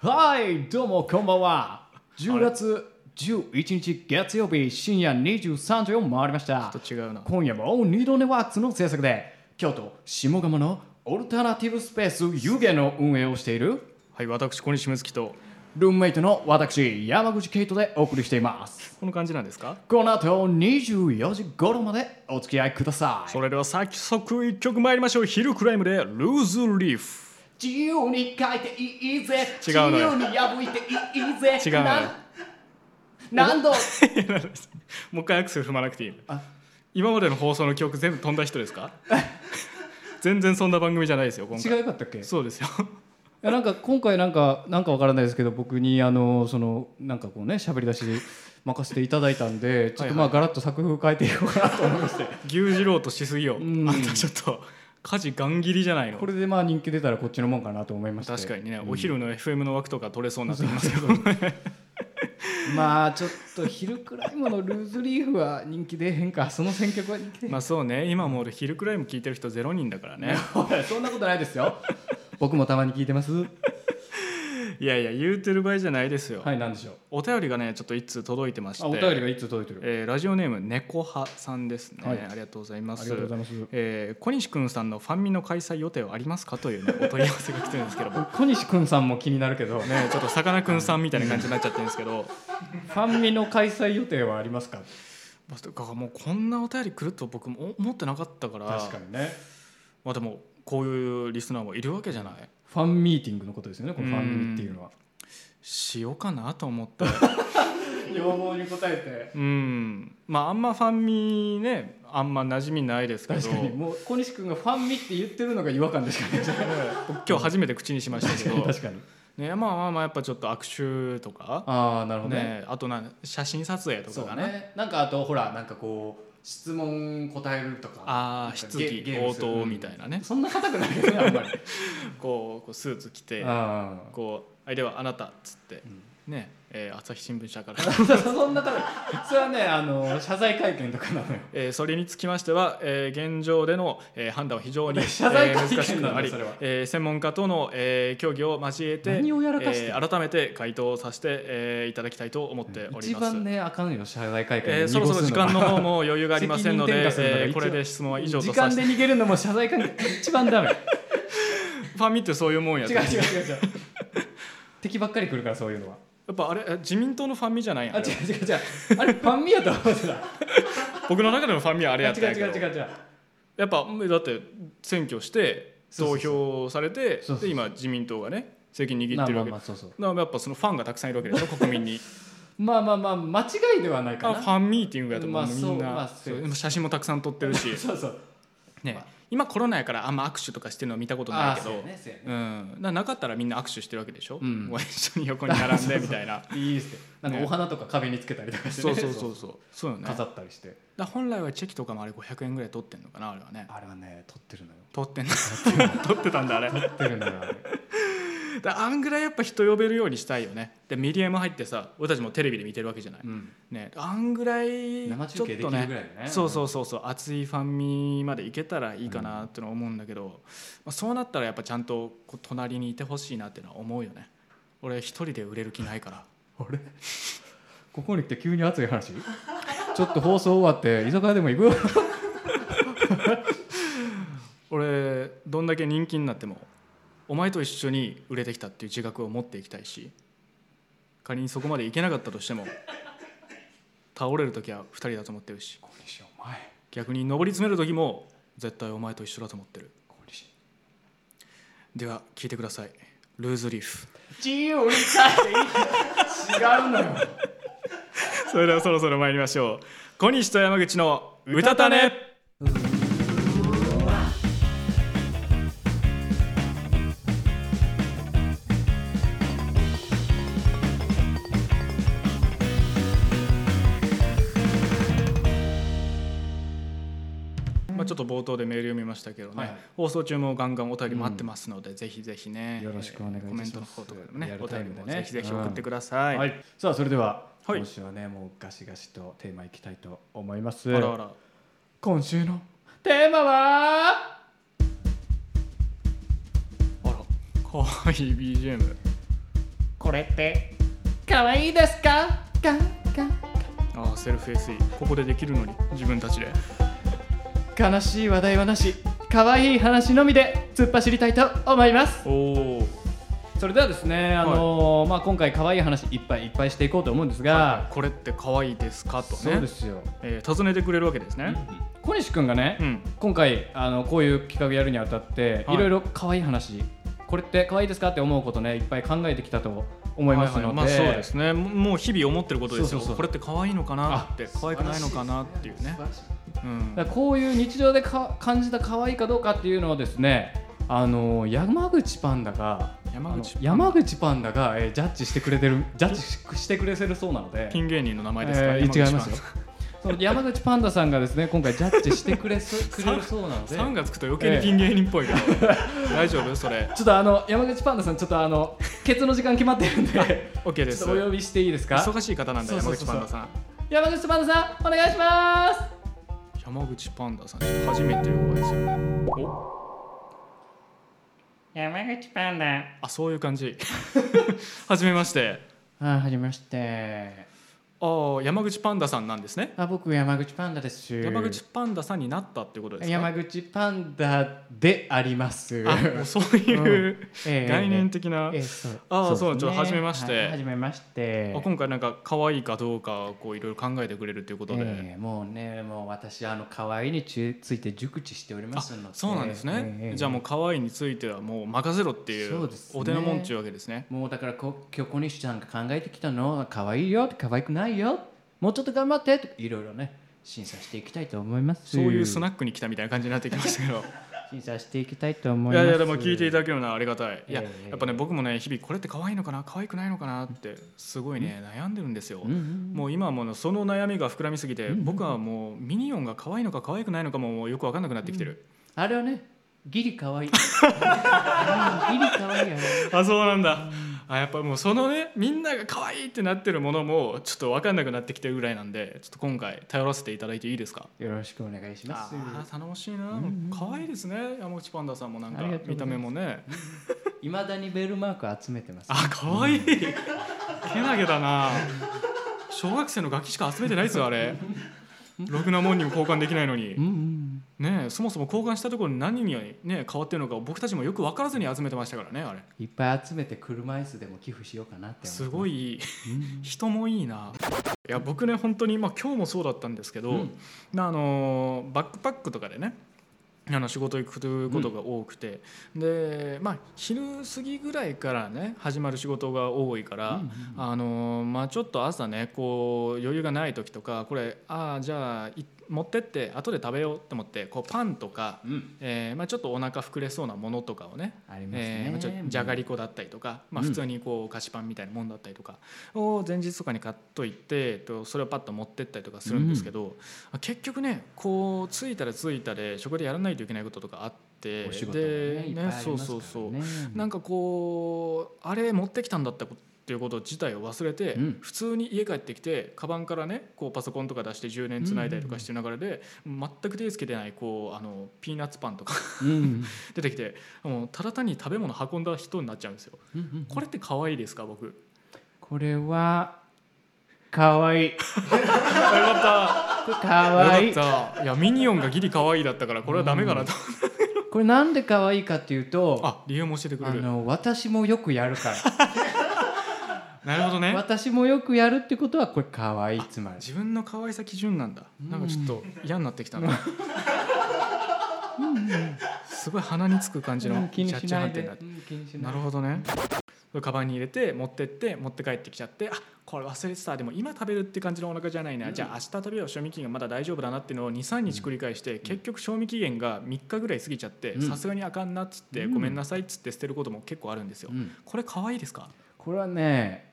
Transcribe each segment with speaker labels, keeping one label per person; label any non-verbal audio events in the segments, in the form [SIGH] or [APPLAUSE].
Speaker 1: はい、どうもこんばんは。10月11日月曜日深夜23時を回りました。
Speaker 2: ちょっと違うな
Speaker 1: 今夜もニ度ネワークスの制作で、京都下鴨のオルタナティブスペース湯気の運営をしている、
Speaker 2: はい私小西睦月と
Speaker 1: ルームメイトの私、山口ケイトでお送りしています。
Speaker 2: この感じなんですか
Speaker 1: この後24時頃までお付き合いください
Speaker 2: そ。れでは早速一曲参りましょうヒルクライムで「ルーズリーフ
Speaker 1: 自由に書いていいぜ。
Speaker 2: 違うのよ
Speaker 1: 自由に破いていいぜ。
Speaker 2: 違うのよ
Speaker 1: なん何度」
Speaker 2: [LAUGHS] もう一回アクセル踏まなくていい
Speaker 1: あ
Speaker 2: 今までの放送の記憶全部飛んだ人ですか [LAUGHS] 全然そんな番組じゃないですよ今回
Speaker 1: 違うかったっけ
Speaker 2: そうですよ
Speaker 1: いやなんか今回なんかなんかわからないですけど僕にあのそのなんかこうね喋り出し任せていただいたんでちょっとまあガラッと作風変えていこうかなと思いまして
Speaker 2: 牛耳ろうとしすぎよあ
Speaker 1: ん
Speaker 2: んたちょっと家事ガン切りじゃないの
Speaker 1: これでまあ人気出たらこっちのもんかなと思いまして
Speaker 2: 確かにね、お昼の FM の枠とか取れそうになってきますよ
Speaker 1: [LAUGHS] まあちょっと昼クライムのルーズリーフは人気出えへんかその選曲は人気出えへん
Speaker 2: まあそうね今もうヒルクライム聞いてる人ゼロ人だからね
Speaker 1: おいそんなことないですよ僕もたまに聞いてます
Speaker 2: いやいや言うてる場合じゃないですよ、
Speaker 1: はいなんでしょう
Speaker 2: お便りがねちょっと一通届いてまして
Speaker 1: あお便りがいつ届いてる
Speaker 2: えーラジオネーム猫派さんですね、
Speaker 1: はい
Speaker 2: ありがとうございま
Speaker 1: あ
Speaker 2: す
Speaker 1: りがとうございます
Speaker 2: えー小西くんさんのファンミの開催予定はありますかという、ね、お問い合わせが来てるんです
Speaker 1: [LAUGHS]
Speaker 2: けどもね
Speaker 1: 小西くんさんも気になるけどね
Speaker 2: ちょっとさかなクンさんみたいな感じになっちゃってるんですけど
Speaker 1: ファンミの開催予定はありますか
Speaker 2: まさかもうこんなお便り来ると僕も思ってなかったから
Speaker 1: 確かにね
Speaker 2: まあでもこういうリスナーもいるわけじゃない
Speaker 1: ファンミーティングのことですよねこのファンミっていうのは
Speaker 2: しようかなと思って
Speaker 1: 要望に応え
Speaker 2: うんまああんまファンミねあんま馴染みないですけど
Speaker 1: 確かにもう小西君がファンミって言ってるのが違和感でしかない
Speaker 2: 僕今日初めて口にしましたけど、
Speaker 1: 確かに
Speaker 2: ね、まあまあまあやっぱちょっと握手とか
Speaker 1: ああなるほどね
Speaker 2: ね、あとなん写真撮影と
Speaker 1: そ
Speaker 2: かか
Speaker 1: う
Speaker 2: な、
Speaker 1: ねなんかあとほらなんかこう質問答えるとか
Speaker 2: あ
Speaker 1: なん
Speaker 2: あ
Speaker 1: か
Speaker 2: 質
Speaker 1: ゲ
Speaker 2: 疑
Speaker 1: ゲーム
Speaker 2: 応
Speaker 1: する
Speaker 2: 答みたいなね、
Speaker 1: そんな硬くないですねあんまり
Speaker 2: こうこうスーツ着て
Speaker 1: ああ
Speaker 2: こう「はいではあなた」っつって、ねえー朝日新聞社から、 [LAUGHS]
Speaker 1: そんな硬いそれはねあの謝罪会見とかなのよ
Speaker 2: えーそれにつきましては、えー現状での、えー判断は非常に、え
Speaker 1: [LAUGHS] 謝罪会見なんだ
Speaker 2: ー難しくなり
Speaker 1: それは、
Speaker 2: えー専門家との、えー協議を交えて
Speaker 1: 何をやらかしてん
Speaker 2: えー改めて回答させて、えーいただきたいと思っており
Speaker 1: 一
Speaker 2: ます。
Speaker 1: 番ねあかんよ謝罪会見
Speaker 2: えー
Speaker 1: で
Speaker 2: そろそろ時間の方も余裕がありませんので、
Speaker 1: 責任転嫁するのが
Speaker 2: え
Speaker 1: 一番
Speaker 2: ーこれで質問は以上
Speaker 1: 時
Speaker 2: とさ
Speaker 1: 間
Speaker 2: せて
Speaker 1: で逃げるのも謝罪会見一番ダメ
Speaker 2: ファンミってそういうもんやと
Speaker 1: 違う違う違う違う敵ばっかり来るからそういうのは
Speaker 2: やっぱあれえ自民党のファンミじゃないや
Speaker 1: あ
Speaker 2: ん
Speaker 1: 違う違う違うあれファンミやと思ってた
Speaker 2: 僕の中でのファンミはあ
Speaker 1: あ
Speaker 2: れやったん
Speaker 1: 違う
Speaker 2: やけど
Speaker 1: 違う違う違う
Speaker 2: やっぱだって選挙して
Speaker 1: そうそ
Speaker 2: 投
Speaker 1: うそう
Speaker 2: 票されて
Speaker 1: そうそうそう
Speaker 2: で今自民党がね責任握
Speaker 1: ま
Speaker 2: っ
Speaker 1: あ
Speaker 2: てる
Speaker 1: まあ
Speaker 2: わけ
Speaker 1: ま
Speaker 2: だ
Speaker 1: あそうそう
Speaker 2: からやっぱそのファンがたくさんいるわけでしょ国
Speaker 1: [LAUGHS]
Speaker 2: 民に
Speaker 1: まあまあまあ間違いではないか
Speaker 2: あ
Speaker 1: な
Speaker 2: ファンミーティングやと思う、
Speaker 1: まあそう
Speaker 2: みんな、
Speaker 1: まあそ
Speaker 2: そうう写真もたくさん撮って
Speaker 1: [LAUGHS]
Speaker 2: るし、
Speaker 1: そうそう
Speaker 2: ね、今コロナやからあんま握手とかしてるの見たことないけど
Speaker 1: あそうやねそうやね
Speaker 2: うん、だからなかったらみんな握手してるわけでしょ、
Speaker 1: うん
Speaker 2: もう一緒に横に並んでみたい
Speaker 1: [LAUGHS]
Speaker 2: な
Speaker 1: いいっすねなんか
Speaker 2: ね
Speaker 1: お花とか壁につけたりとかして
Speaker 2: そ
Speaker 1: ね
Speaker 2: うそうそうそう [LAUGHS] そうよね
Speaker 1: 飾ったりして
Speaker 2: だから本来はチェキとかもあれ500円ぐらい取ってんのかなあれはね
Speaker 1: あれはね撮ってるのよ
Speaker 2: 取ってん [LAUGHS] だ取ってたんだあれだか
Speaker 1: 撮ってるのよ
Speaker 2: [LAUGHS]
Speaker 1: あれ
Speaker 2: らあんぐらいやっぱ人呼べるようにしたいよねでミディアム入ってさ俺たちもテレビで見てるわけじゃない、
Speaker 1: うん
Speaker 2: ねあんぐらい
Speaker 1: 生中継できるぐらいね
Speaker 2: ちょっとそうそうそうそう熱いファンミまでいけたらいいかなってのは思うんだけど、まあ、そうなったらやっぱちゃんとこう隣にいてほしいなってのは思うよね俺一人で売れる気ないから
Speaker 1: あれここに来て急に熱い話ちょっと放送終わって居酒屋でも行く
Speaker 2: 俺どんだけ人気になってもお前と一緒に売れてきたっていう自覚を持っていきたいし仮にそこまでいけなかったとしても倒れる時は2人だと思ってるし
Speaker 1: 小西お前
Speaker 2: 逆に上り詰める時も絶対お前と一緒だと思ってる
Speaker 1: 小西
Speaker 2: では聞いてください「ルーズリーフ
Speaker 1: 自由に書いていい違うのよ」
Speaker 2: それではそろそろ参りましょう小西と山口の「うたたね」まあ、ちょっと冒頭でメール読みましたけどね、
Speaker 1: はいはい
Speaker 2: 放送中もガンガンお便り待ってますので、ぜひぜひね
Speaker 1: よろしくお願いいたします
Speaker 2: コメントの方とかでもね
Speaker 1: リア
Speaker 2: お
Speaker 1: ルタイ
Speaker 2: 便り
Speaker 1: ムでね
Speaker 2: もぜひぜひ送ってください、
Speaker 1: はい、さあそれでは、
Speaker 2: はい
Speaker 1: 今週はねもうガシガシとテーマいきたいと思います
Speaker 2: あらあら
Speaker 1: 今週のテーマは
Speaker 2: あらかわいい BGM
Speaker 1: これって可愛いですかか
Speaker 2: ああセルフ SE ここでできるのに自分たちで
Speaker 1: か悲しい話題はなし可愛い話のみで突っ走りたいと思います
Speaker 2: おお
Speaker 1: それではですね、あのーまあ、今回可愛い話いっぱいいっぱいしていこうと思うんですが、
Speaker 2: これって可愛いですかとね
Speaker 1: そうですよ、
Speaker 2: えー尋ねてくれるわけですね
Speaker 1: 小西君がね、
Speaker 2: うん
Speaker 1: 今回あのこういう企画やるにあたって、
Speaker 2: はい
Speaker 1: い、ろいろ可愛い話これって可愛いですかって思うことねいっぱい考えてきたと思いますので、
Speaker 2: はいはいまあ、そうですねももう日々思ってることです
Speaker 1: そう
Speaker 2: よ
Speaker 1: そうそう
Speaker 2: これって可愛いのかなって可愛くないのかなっていうね
Speaker 1: 素晴らしいです
Speaker 2: うん
Speaker 1: だからこういう日常でか感じた可愛いかどうかっていうのをですねあの山口パンダが
Speaker 2: 山口
Speaker 1: あの山口パンダが、えージャッジしてくれてるジャッジししてくれてるそうなので
Speaker 2: ピン芸人の名前ですか、
Speaker 1: えー
Speaker 2: 山口
Speaker 1: 違いますよその山口パンダさんがですね今回ジャッジしてくれ
Speaker 2: [LAUGHS]
Speaker 1: すくれるそうなので
Speaker 2: 3月くと余計にピン芸人っぽいけど、 [LAUGHS] 大丈夫それ
Speaker 1: ちょっとあの山口パンダさんちょっとあ [LAUGHS] のケツの時間決まってるんで
Speaker 2: OK で
Speaker 1: ち
Speaker 2: す
Speaker 1: ょっとお呼びしていいですか
Speaker 2: 忙しい方なんだ
Speaker 1: そうそ
Speaker 2: 山
Speaker 1: うそ
Speaker 2: 口
Speaker 1: う
Speaker 2: パ
Speaker 1: そう
Speaker 2: ンダさん
Speaker 1: 山口パンダさんお願いします
Speaker 2: 山口パンダさん初めてお会いするお
Speaker 1: 山口パンダ
Speaker 2: あそういう感じ [LAUGHS] 初めまして
Speaker 1: あはじめまして
Speaker 2: ああ山口パンダさんなんですね
Speaker 1: あ僕山口パンダです
Speaker 2: 山口パンダさんになったっていうことですか
Speaker 1: 山口パンダであります。
Speaker 2: あもうそういう、
Speaker 1: ええ
Speaker 2: 概念的な、
Speaker 1: ええそう
Speaker 2: ああ
Speaker 1: です
Speaker 2: そうちょっと初めまして
Speaker 1: はい初めまして。
Speaker 2: あ今回なんか可愛いかどうかをこういろいろ考えてくれるということで、
Speaker 1: ええもうね、もう私あの可愛いにつついて熟知しておりま
Speaker 2: あ
Speaker 1: すので。
Speaker 2: そうなんですね、
Speaker 1: ええ
Speaker 2: じゃあもう可愛いについてはもう任せろってい
Speaker 1: そううですね
Speaker 2: お手のもんちゅうわけですね
Speaker 1: もうだからこ今日小西ちゃんが考えてきたのは可愛いよ、可愛くないよ、もうちょっと頑張ってといろいろね審査していきたいと思います。
Speaker 2: そういうスナックに来たみたいな感じになってきましたけど
Speaker 1: 審査していきたいと思
Speaker 2: い
Speaker 1: いま
Speaker 2: や
Speaker 1: す。
Speaker 2: いやでも聞いていただけるのはありがたい、いや
Speaker 1: ええ
Speaker 2: やっぱね僕もね日々これって可愛いのかな可愛くないのかなってすごいね悩んでるんですよ、
Speaker 1: うんうん
Speaker 2: もう今はもうその悩みが膨らみすぎて、僕はもうミニオンが可愛いのか可愛くないのかもよく分かんなくなってきてる、
Speaker 1: あれはね、ギリ可愛い。うんギリ可愛いあれ。
Speaker 2: あそうなんだ、あやっぱもうそのねみんなが可愛いってなってるものもちょっと分かんなくなってきてるぐらいなんでちょっと今回頼らせていただいていいですか
Speaker 1: よろしくお願いしま
Speaker 2: あ
Speaker 1: す。
Speaker 2: ー頼もしいな、可愛いですね山口パンダさんもなんか
Speaker 1: ありがとうご
Speaker 2: 見
Speaker 1: ざ
Speaker 2: た
Speaker 1: います
Speaker 2: 目もね
Speaker 1: いまだにベルマーク集めてます。
Speaker 2: あ可愛いけなげだな小学生の楽器しか集めてないですよあれろくなもんにも交換できないのに
Speaker 1: うんうん。
Speaker 2: ねえそもそも交換したところに何にね変わってるのか僕たちもよく分からずに集めてましたからねあれ
Speaker 1: いっぱい集めて車椅子でも寄付しようかなって。
Speaker 2: すご
Speaker 1: い。
Speaker 2: い人もいいないや僕ね本当にまあ今日もそうだったんですけど、
Speaker 1: うん
Speaker 2: まああのバックパックとかでねあの仕事行くことが多くて、でまあ昼過ぎぐらいからね始まる仕事が多いから、あのまあちょっと朝ねこう余裕がない時とかこれああじゃあい持ってって後で食べようと思ってこうパンとか、
Speaker 1: うん。
Speaker 2: えーまあ、ちょっとお腹膨れそうなものとかをね
Speaker 1: あります
Speaker 2: えーま
Speaker 1: ね
Speaker 2: あちょ。じゃがりこだったりとか、まあ、
Speaker 1: うん
Speaker 2: 普通にこう菓子パンみたいなもんだったりとかを前日とかに買っといて、えっと、それをパッと持ってったりとかするんですけど、結局ねこう着いたら着いたで職でやらないといけないこととかあって
Speaker 1: お仕事も
Speaker 2: で
Speaker 1: ね、いっぱいありますからね。
Speaker 2: そうそうそう、な
Speaker 1: なん
Speaker 2: んかこうあれ持ってきたんだったっていうこと自体を忘れて、
Speaker 1: うん
Speaker 2: 普通に家帰ってきてカバンからねこうパソコンとか出して充電つないだりとかしてる流れで、全く手つけてないこうあのピーナッツパンとか
Speaker 1: うん。
Speaker 2: 出てきてもうただ単に食べ物運んだ人になっちゃうんですよ。
Speaker 1: うんうん
Speaker 2: これって可愛いですか僕
Speaker 1: これは可愛い。
Speaker 2: あよか
Speaker 1: これ
Speaker 2: った
Speaker 1: 可愛
Speaker 2: よ
Speaker 1: い。
Speaker 2: かったいやミニオンがギリ可愛いだったからこれはダメかなと、
Speaker 1: これなんで可愛いかっていうと、
Speaker 2: あ理由も教えてく
Speaker 1: あ
Speaker 2: れる
Speaker 1: の私もよくやるから。
Speaker 2: なるほどね
Speaker 1: 私もよくやるってことはこれ可愛いつまり。
Speaker 2: 自分の可愛さ基準なんだ
Speaker 1: うん
Speaker 2: なんかちょっと嫌になってきたなすごい鼻につく感じの
Speaker 1: うん
Speaker 2: ジ
Speaker 1: 気
Speaker 2: ャ
Speaker 1: に
Speaker 2: ッ
Speaker 1: し
Speaker 2: ジ
Speaker 1: な
Speaker 2: 判
Speaker 1: い
Speaker 2: 定
Speaker 1: で
Speaker 2: になって。
Speaker 1: うん気にしない
Speaker 2: なるほどねカバンに入れて持ってって持って帰ってきちゃってあこれ忘れてたでも今食べるって感じのお腹じゃないな、じゃあ明日食べよう賞味期限がまだ大丈夫だなっていうのを23日繰り返して、結局賞味期限が3日ぐらい過ぎちゃって
Speaker 1: うん
Speaker 2: さすがにあかんなっつって、
Speaker 1: うん
Speaker 2: ごめんなさいっつって捨てることも結構あるんですよ、
Speaker 1: うん
Speaker 2: これ可愛いですか
Speaker 1: これはね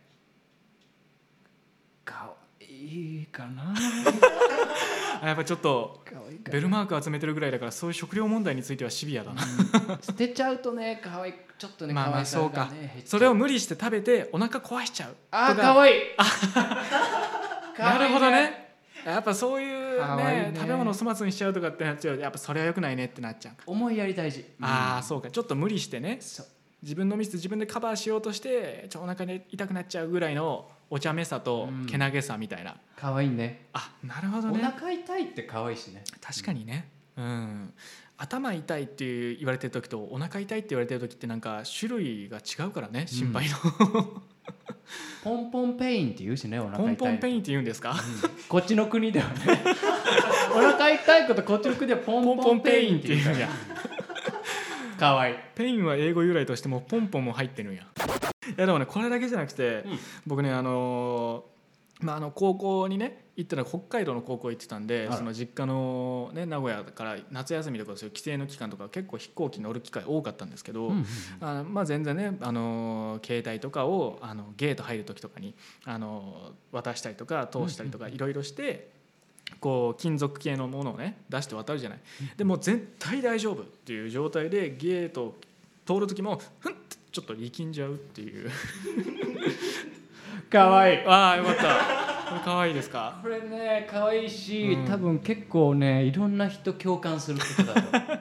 Speaker 1: かわいいかな
Speaker 2: あやっぱちょっと
Speaker 1: かわいいか
Speaker 2: [LAUGHS] ベルマーク集めてるぐらいだからそういう食料問題についてはシビアだな、
Speaker 1: な捨てちゃうとねかわいちょっとね
Speaker 2: まあまあ
Speaker 1: 可愛さがね減っちゃ
Speaker 2: それを無理して食べてお腹壊しちゃう
Speaker 1: あー
Speaker 2: と
Speaker 1: かわいい [LAUGHS]
Speaker 2: なるほどねやっぱそういう
Speaker 1: 可愛い
Speaker 2: ね
Speaker 1: ね
Speaker 2: 食べ物粗末にしちゃうとかってなっちゃうとやっぱそれは良くないねってなっちゃうか
Speaker 1: 思いやり大事
Speaker 2: ああそうかちょっと無理してね
Speaker 1: そう
Speaker 2: 自分のミス自分でカバーしようとしてちょっとお腹で痛くなっちゃうぐらいのお茶目さと
Speaker 1: うん
Speaker 2: けなげさみたいな、
Speaker 1: 可愛いね
Speaker 2: あなるほど
Speaker 1: お
Speaker 2: ね
Speaker 1: 腹痛いって可愛いしね
Speaker 2: 確かにねうん頭痛いっていう言われてる時とお腹痛いって言われてる時ってなんか種類が違うからね心配の、
Speaker 1: ポンポンペインって言うしねお腹痛
Speaker 2: ポ
Speaker 1: い
Speaker 2: ンポンペイ
Speaker 1: ン
Speaker 2: ンって言うんですか
Speaker 1: こっちの国ではね [LAUGHS] お腹痛いことこっちの国ではポ
Speaker 2: ポ
Speaker 1: ン
Speaker 2: ン
Speaker 1: ポ
Speaker 2: ポ
Speaker 1: ン
Speaker 2: ン
Speaker 1: ペ
Speaker 2: ペ
Speaker 1: イ
Speaker 2: イ
Speaker 1: ン
Speaker 2: ン
Speaker 1: っ
Speaker 2: ってて
Speaker 1: 言うか
Speaker 2: 言うん
Speaker 1: ら
Speaker 2: や
Speaker 1: 可愛い
Speaker 2: ペインは英語由来としてもポンポンも入ってるんやいやでもねこれだけじゃなくて、
Speaker 1: うん
Speaker 2: 僕ねあのーまあ、あの高校にね行ったら北海道の高校行ってたんで、
Speaker 1: はい
Speaker 2: その実家の、ね、名古屋から夏休みとかそういう帰省の期間とか結構飛行機乗る機会多かったんですけど、
Speaker 1: うん
Speaker 2: あのまあ、全然ね、あのー携帯とかをあのゲート入る時とかに、あのー渡したりとか通したりとかいろいろして、こう金属系のものをね出して渡るじゃない、でもう絶対大丈夫っていう状態でゲートを通る時もふんってちょっと力んじゃうっていう [LAUGHS]
Speaker 1: 可愛い
Speaker 2: ああよかったこれ可愛いですか
Speaker 1: これね可愛いし、
Speaker 2: うん
Speaker 1: 多分結構ねいろんな人共感することだと [LAUGHS] 思う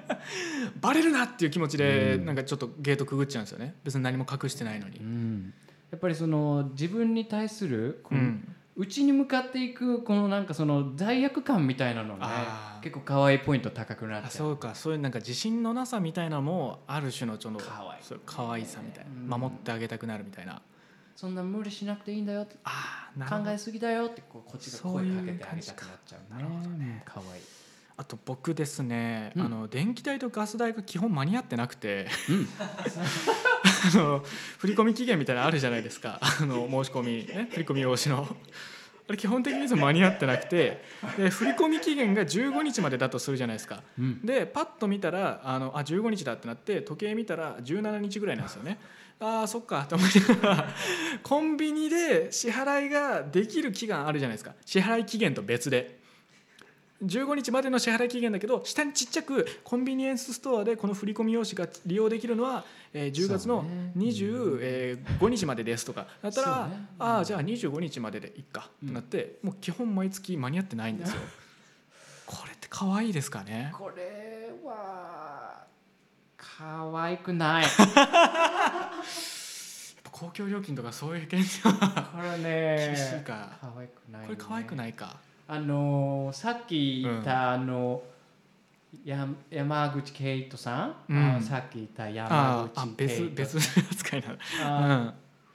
Speaker 2: バレるなっていう気持ちで、
Speaker 1: うん
Speaker 2: なんかちょっとゲートくぐっちゃうんですよね別に何も隠してないのに
Speaker 1: う、んやっぱりその自分に対するこ
Speaker 2: う
Speaker 1: の、うんちに向かっていくこのなんかその罪悪感みたいなのね
Speaker 2: あー
Speaker 1: 結構可愛いポイント高くなっ
Speaker 2: あ
Speaker 1: ちゃう
Speaker 2: そうかそういうなんか自信のなさみたいなのもある種のちょっと
Speaker 1: 可愛い
Speaker 2: そう可愛さみたい
Speaker 1: うん
Speaker 2: な守ってあげたくなるみたいな
Speaker 1: そんな無理しなくていいんだよって
Speaker 2: あーなる
Speaker 1: 考
Speaker 2: ほど
Speaker 1: えすぎだよってこうこっちが声かけてあげたくなっちゃうね
Speaker 2: そういう感じかなるほど
Speaker 1: ね可愛い
Speaker 2: あと僕ですね、
Speaker 1: うん
Speaker 2: あの電気代とガス代が基本間に合ってなくて、
Speaker 1: うん
Speaker 2: [LAUGHS] あの振込期限みたいなのあるじゃないですか [LAUGHS] あの申し込み、ね、振込用紙の。あれ基本的にいつも間に合ってなくてで振込期限が15日までだとするじゃないですか
Speaker 1: うん
Speaker 2: でパッと見たらあのあ15日だってなって時計見たら17日ぐらいなんですよね [LAUGHS] あーそっかと思いながら [LAUGHS] コンビニで支払いができる期間あるじゃないですか支払い期限と別で15日までの支払い期限だけど下にちっちゃくコンビニエンスストアでこの振り込み用紙が利用できるのは、えー10月
Speaker 1: そ
Speaker 2: の
Speaker 1: うね
Speaker 2: 25日までですとかだっ
Speaker 1: そ
Speaker 2: たら、
Speaker 1: うね
Speaker 2: ああじゃあ25日まででいっかってなって、もう基本毎月間に合ってないんですよ。
Speaker 1: [LAUGHS]
Speaker 2: これって可愛いですかね
Speaker 1: これは可愛く
Speaker 2: [LAUGHS]
Speaker 1: ない
Speaker 2: 公共料金とかそういう現象
Speaker 1: これね
Speaker 2: 厳しいか
Speaker 1: 可愛くないね
Speaker 2: これ可愛くないか
Speaker 1: あのーさっき言った、あのや山口ケイトさん、
Speaker 2: うん
Speaker 1: あさっき言った
Speaker 2: あ
Speaker 1: 山
Speaker 2: ーあ
Speaker 1: 口ケイ
Speaker 2: 別
Speaker 1: ト
Speaker 2: 別扱いなの [LAUGHS]
Speaker 1: あー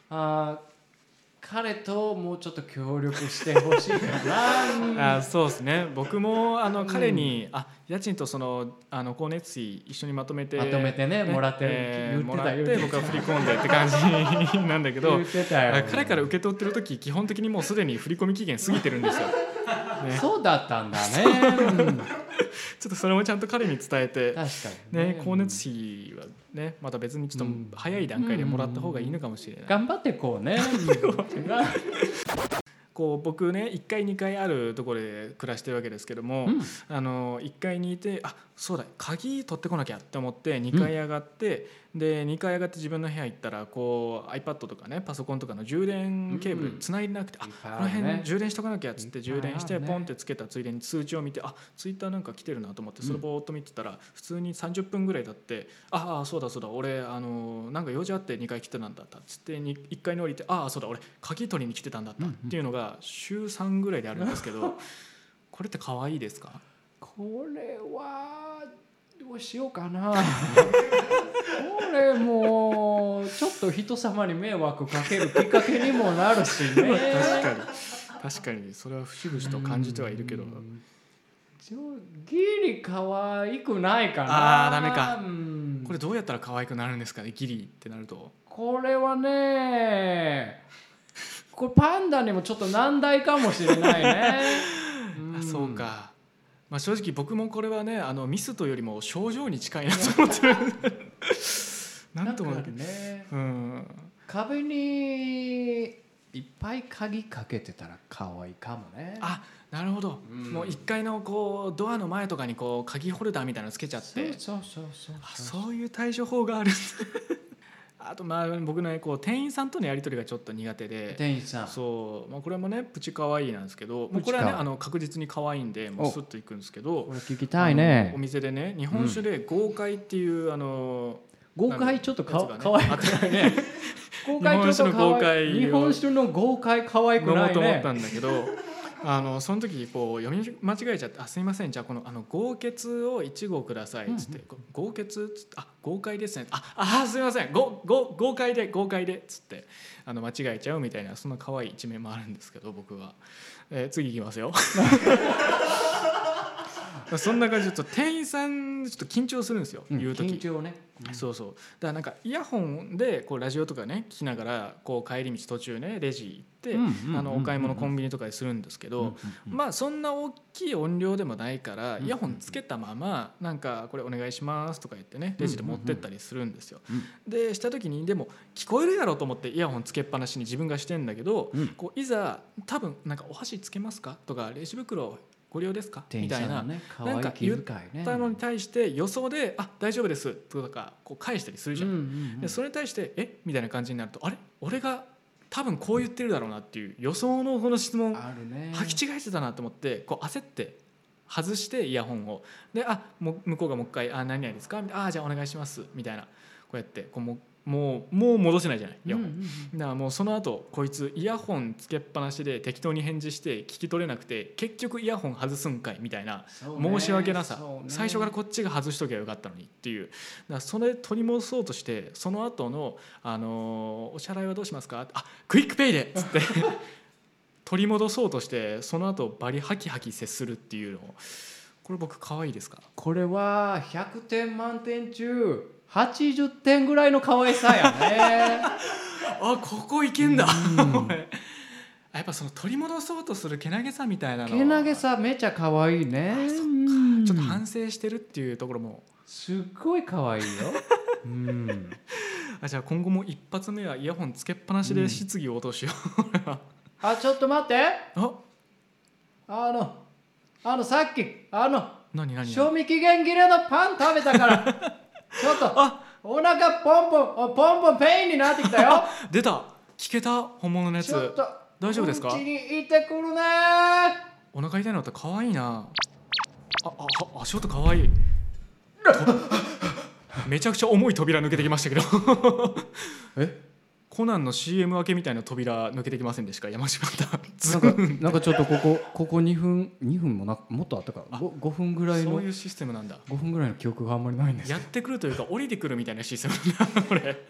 Speaker 1: あー彼ともうちょっと協力してほしいか
Speaker 2: うん、
Speaker 1: な
Speaker 2: あーそうですね僕もあ
Speaker 1: うん
Speaker 2: の彼に、あ家賃とそのあの光熱費一緒にまとめて
Speaker 1: まとめてねもらってる
Speaker 2: えー
Speaker 1: 言ってた
Speaker 2: もらっ
Speaker 1: 言って
Speaker 2: て
Speaker 1: た
Speaker 2: 僕は振り込んでって感じなんだけど
Speaker 1: 言ってたよ
Speaker 2: あ彼から受け取ってる時基本的にもうすでに振り込み期限過ぎてるんですよね
Speaker 1: そうだったんだね、うん確か
Speaker 2: ちょっとそれもちゃんと彼に伝えて
Speaker 1: にね
Speaker 2: ね光熱費はねまた別にちょっと早い段階でもらった方がいいのかもしれない、
Speaker 1: 頑張ってこう [LAUGHS] ね
Speaker 2: こう僕ね1階2階あるところで暮らしてるわけですけども、
Speaker 1: うん
Speaker 2: あの1階にいてあそうだ鍵取ってこなきゃって思って2階上がって、で2階上がって自分の部屋行ったらこう iPad とかねパソコンとかの充電ケーブル繋いでなくて、あこの辺充電しとかなきゃっつって
Speaker 1: いっぱいある
Speaker 2: 充
Speaker 1: ね
Speaker 2: 電してポンってつけたついでに通知を見てあツイッターなんか来てるなと思ってそれぼーっと見てたら普通に30分ぐらい経って「ああそうだそうだ俺あのなんか用事あって2階来てたんだった」っつってに1階に降りて「ああそうだ俺鍵取りに来てたんだった」っていうのが週3ぐらいであるんです
Speaker 1: [LAUGHS]
Speaker 2: けどこれって可愛いですか
Speaker 1: これはどうしようか [LAUGHS] なこれもうちょっと人様に迷惑かけるきっかけにもなるしね
Speaker 2: 確かに確かにそれは節々と感じてはいるけど
Speaker 1: うんちょギリ可愛くないかな
Speaker 2: あーダメか
Speaker 1: うん
Speaker 2: これどうやったら可愛くなるんですかねギリってなると
Speaker 1: これはねこれパンダにもちょっと難題かもしれないね
Speaker 2: [LAUGHS] あそう
Speaker 1: うん
Speaker 2: か、まあ、正直僕もこれはねあのミスというよりも症状に近いなと思ってる
Speaker 1: [LAUGHS]
Speaker 2: なんとも
Speaker 1: な
Speaker 2: なんく
Speaker 1: かね
Speaker 2: うん
Speaker 1: 壁にいっぱい鍵かけてたら可愛いかもね
Speaker 2: あなるほど、
Speaker 1: うん
Speaker 2: もう1階のこうドアの前とかにこう鍵ホルダーみたいなのつけちゃっ
Speaker 1: そう
Speaker 2: て
Speaker 1: そうそうそう
Speaker 2: あそういう対処法があるんだ [LAUGHS] あとまあ僕ねこう店員さんとのやり取りがちょっと苦手で
Speaker 1: 店員さん
Speaker 2: そう、まあ、これもねプチ可愛いなんですけども
Speaker 1: プ
Speaker 2: う
Speaker 1: チ可
Speaker 2: こ
Speaker 1: 愛
Speaker 2: れ
Speaker 1: い
Speaker 2: はねあの確実に可愛いんでもう
Speaker 1: お
Speaker 2: スッといくんですけど
Speaker 1: これ聞きたいね
Speaker 2: あのお店でね日本酒で豪快っていう、あの
Speaker 1: 豪快ちょっとか
Speaker 2: なん
Speaker 1: かわいくないね豪快ちょっとかわいい日
Speaker 2: 日
Speaker 1: 本
Speaker 2: 本
Speaker 1: 酒の豪快かわい
Speaker 2: 飲
Speaker 1: く
Speaker 2: も
Speaker 1: な
Speaker 2: う
Speaker 1: い
Speaker 2: と思っ
Speaker 1: ね
Speaker 2: たんだけどあのその時こう読み間違えちゃって「あすいませんじゃあこのあの豪傑を1合ください」っつって「こ豪傑」っつって「あ豪快ですね」ああすいませんごご豪快で豪快で」っつってあの間違えちゃうみたいなそんな可愛い一面もあるんですけど僕は、えー次いきますよそんな感じでちょっと店員さんちょっと緊張するんですよ、
Speaker 1: うん
Speaker 2: 言う時
Speaker 1: 緊張ね
Speaker 2: そうそうだからなんかイヤホンでこうラジオとかね聞きながらこう帰り道途中ねレジ行って、
Speaker 1: うんうんうんうん
Speaker 2: あのお買い物コンビニとかでするんですけど、まあそんな大きい音量でもないから、
Speaker 1: ん
Speaker 2: イヤホンつけたまま「なんかこれお願いします」とか言ってねレジで持ってったりするんですよ。
Speaker 1: うんうん
Speaker 2: でした時にでも聞こえるだろうと思ってイヤホンつけっぱなしに自分がしてんだけど、
Speaker 1: うん
Speaker 2: こういざ多分なんか「お箸つけますか?」とか「レジ袋ご利用ですか?」
Speaker 1: 店
Speaker 2: み
Speaker 1: 員
Speaker 2: た
Speaker 1: さ
Speaker 2: い
Speaker 1: んの
Speaker 2: な
Speaker 1: ねかわいい気遣いね
Speaker 2: ったのに対して予想で「あ大丈夫です」とかこう返したりするじゃん。
Speaker 1: うんうんうん
Speaker 2: でそれに対して「えみたいな感じになると「あれ俺が多分こう言ってるだろうな」っていう予想のこの質問
Speaker 1: あるね
Speaker 2: 履き違えてたなと思ってこう焦って外してイヤホンをで「あもう向こうがもう一回あ何々ですか?」みたいな「あじゃあお願いします」みたいなこうやってこうもうもうもう戻せないじゃないイヤホン。
Speaker 1: うんうん
Speaker 2: だからもうその後こいつイヤホンつけっぱなしで適当に返事して聞き取れなくて結局イヤホン外すんかいみたいな
Speaker 1: そうね
Speaker 2: 申し訳なさ、
Speaker 1: そうね
Speaker 2: 最初からこっちが外しときゃよかったのにっていうだからそれ取り戻そうとしてその後のあのーお支払いはどうしますか?」あクイックペイで」っつって [LAUGHS] 取り戻そうとしてその後バリハキハキ接するっていうのをこれ僕可愛いですか
Speaker 1: これは100点満点中80点ぐらいの可愛さやね
Speaker 2: [LAUGHS] あここいけんだ、
Speaker 1: うん
Speaker 2: [LAUGHS] お前あやっぱその取り戻そうとするけなげさみたいなの
Speaker 1: けなげさめちゃ可愛いね
Speaker 2: あそっか
Speaker 1: うん
Speaker 2: ちょっと反省してるっていうところも
Speaker 1: すっごい可
Speaker 2: [LAUGHS]
Speaker 1: 愛いようん
Speaker 2: あじゃあ今後も一発目はイヤホンつけっぱなしで質疑応答しよ
Speaker 1: あちょっと待って
Speaker 2: う、あ
Speaker 1: あのあのさっきあの
Speaker 2: 何何何
Speaker 1: 賞味期限切れのパン食べたから [LAUGHS] ちょっと
Speaker 2: あ
Speaker 1: お腹ポンポンおポンポンペインになってきたよ
Speaker 2: 出た聞けた本物のやつ
Speaker 1: ちょっと
Speaker 2: 大丈夫ですか
Speaker 1: うちにいてくるね
Speaker 2: お腹痛いのって可愛いなあああ足音可愛いとめちゃくちゃ重い扉抜けてきましたけど [LAUGHS]
Speaker 1: え
Speaker 2: コナンの CM 明けみたいな扉抜けてきませんでした山島さん
Speaker 1: な
Speaker 2: ズ
Speaker 1: んか
Speaker 2: ーン
Speaker 1: なんかちょっとここここ2分2分もなもっとあったか 5, 5分ぐらい
Speaker 2: そ
Speaker 1: の
Speaker 2: ういうシステムなんだ
Speaker 1: 5分ぐらいの記憶があんまりないんです
Speaker 2: やってくるというか降りてくるみたいなシステムなんだ [LAUGHS] これ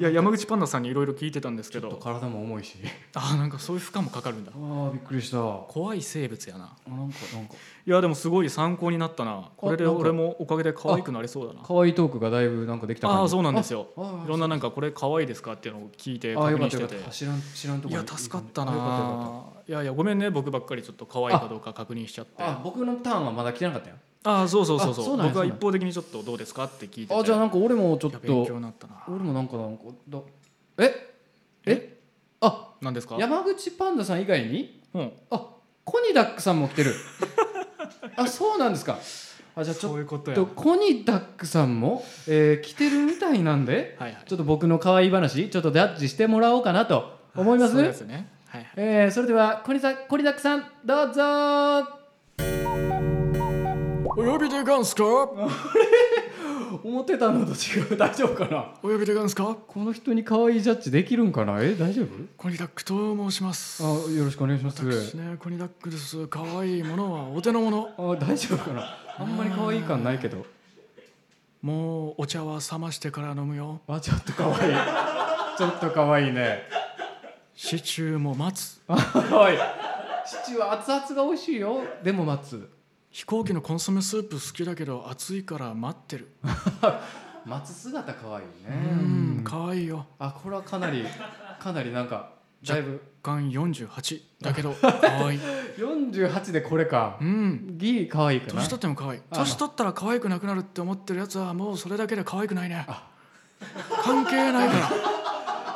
Speaker 2: いや山口パンダさんにいろいろ聞いてたんですけ
Speaker 1: ちょっと
Speaker 2: ど
Speaker 1: 体も重いし
Speaker 2: あなんかそういう負荷もかかるんだ
Speaker 1: ああびっくりしたあ
Speaker 2: 怖い生物やな
Speaker 1: なんかなんか
Speaker 2: いやでもすごい参考になったなこれで
Speaker 1: なんか
Speaker 2: 俺もおかげで可愛くなりそうだな
Speaker 1: 可愛いトークがだいぶなんかできた感じ
Speaker 2: ああそうなんですよ
Speaker 1: ああ
Speaker 2: いろんななんかこれ可愛いですかっていうのを聞いて
Speaker 1: ああ
Speaker 2: 確
Speaker 1: よかっ
Speaker 2: 認
Speaker 1: た
Speaker 2: し
Speaker 1: よか
Speaker 2: てて
Speaker 1: った知らん知らんと
Speaker 2: い
Speaker 1: こ
Speaker 2: や助かった
Speaker 1: あよかったよかっ
Speaker 2: ないやいやごめんね僕ばっかりちょっと可愛いかどうか確認しちゃって
Speaker 1: たあ僕のターンはまだ来てなかったよ
Speaker 2: ああそうそうそうそ
Speaker 1: あ
Speaker 2: う
Speaker 1: そうなんや
Speaker 2: 僕は
Speaker 1: そうなんや
Speaker 2: 一方的にちょっとどうですかって聞いてて
Speaker 1: あじゃあなんか俺もちょっ
Speaker 2: いや勉強
Speaker 1: と
Speaker 2: になったな
Speaker 1: 俺もなんかなんかだええあ
Speaker 2: 何ですか
Speaker 1: 山口パンダさん以外に
Speaker 2: うん
Speaker 1: あコニダックさんも来て
Speaker 2: [LAUGHS]
Speaker 1: るあそうなんですかあじゃあちょ
Speaker 2: そう
Speaker 1: っ
Speaker 2: いうことや
Speaker 1: とコニダックさんも、えー来てるみたいなんで
Speaker 2: はいはい
Speaker 1: ちょっと僕の可愛い話ちょっとジャッジしてもらおうかなと思います
Speaker 2: そうですねはいはい
Speaker 1: えー、それではコニさんコニダックさんどうぞ
Speaker 2: お呼びでガンすかお
Speaker 1: 思ってたのと違う大丈夫かな
Speaker 2: 呼びでガンすか
Speaker 1: この人に可愛いジャッジできるんかなえ大丈
Speaker 2: コニダックと申します
Speaker 1: 夫あよろしくお願いします
Speaker 2: 私ねコニダックです可愛いものはお手の物
Speaker 1: あ大丈夫かなあんまり可愛い感ないけど
Speaker 2: もうお茶は冷ましてから飲むよ
Speaker 1: あちょっと可愛い [LAUGHS] ちょっと可愛いね
Speaker 2: シチューも待つ
Speaker 1: はいシチューは熱々が美味しいよでも待つ
Speaker 2: 飛行機のコンソメスープ好きだけど暑いから待ってる
Speaker 1: 待つ姿可愛いね
Speaker 2: うん可愛いよ
Speaker 1: あこれはかなりかなりなんかだいぶ
Speaker 2: ガン48
Speaker 1: [LAUGHS]
Speaker 2: だけど可愛い
Speaker 1: 48でこれか [LAUGHS]
Speaker 2: うん
Speaker 1: ギリ可愛いかな
Speaker 2: 年取っても可愛い
Speaker 1: あ
Speaker 2: 年取ったら可愛くなくなるって思ってるやつはもうそれだけで可愛くないね関係ないから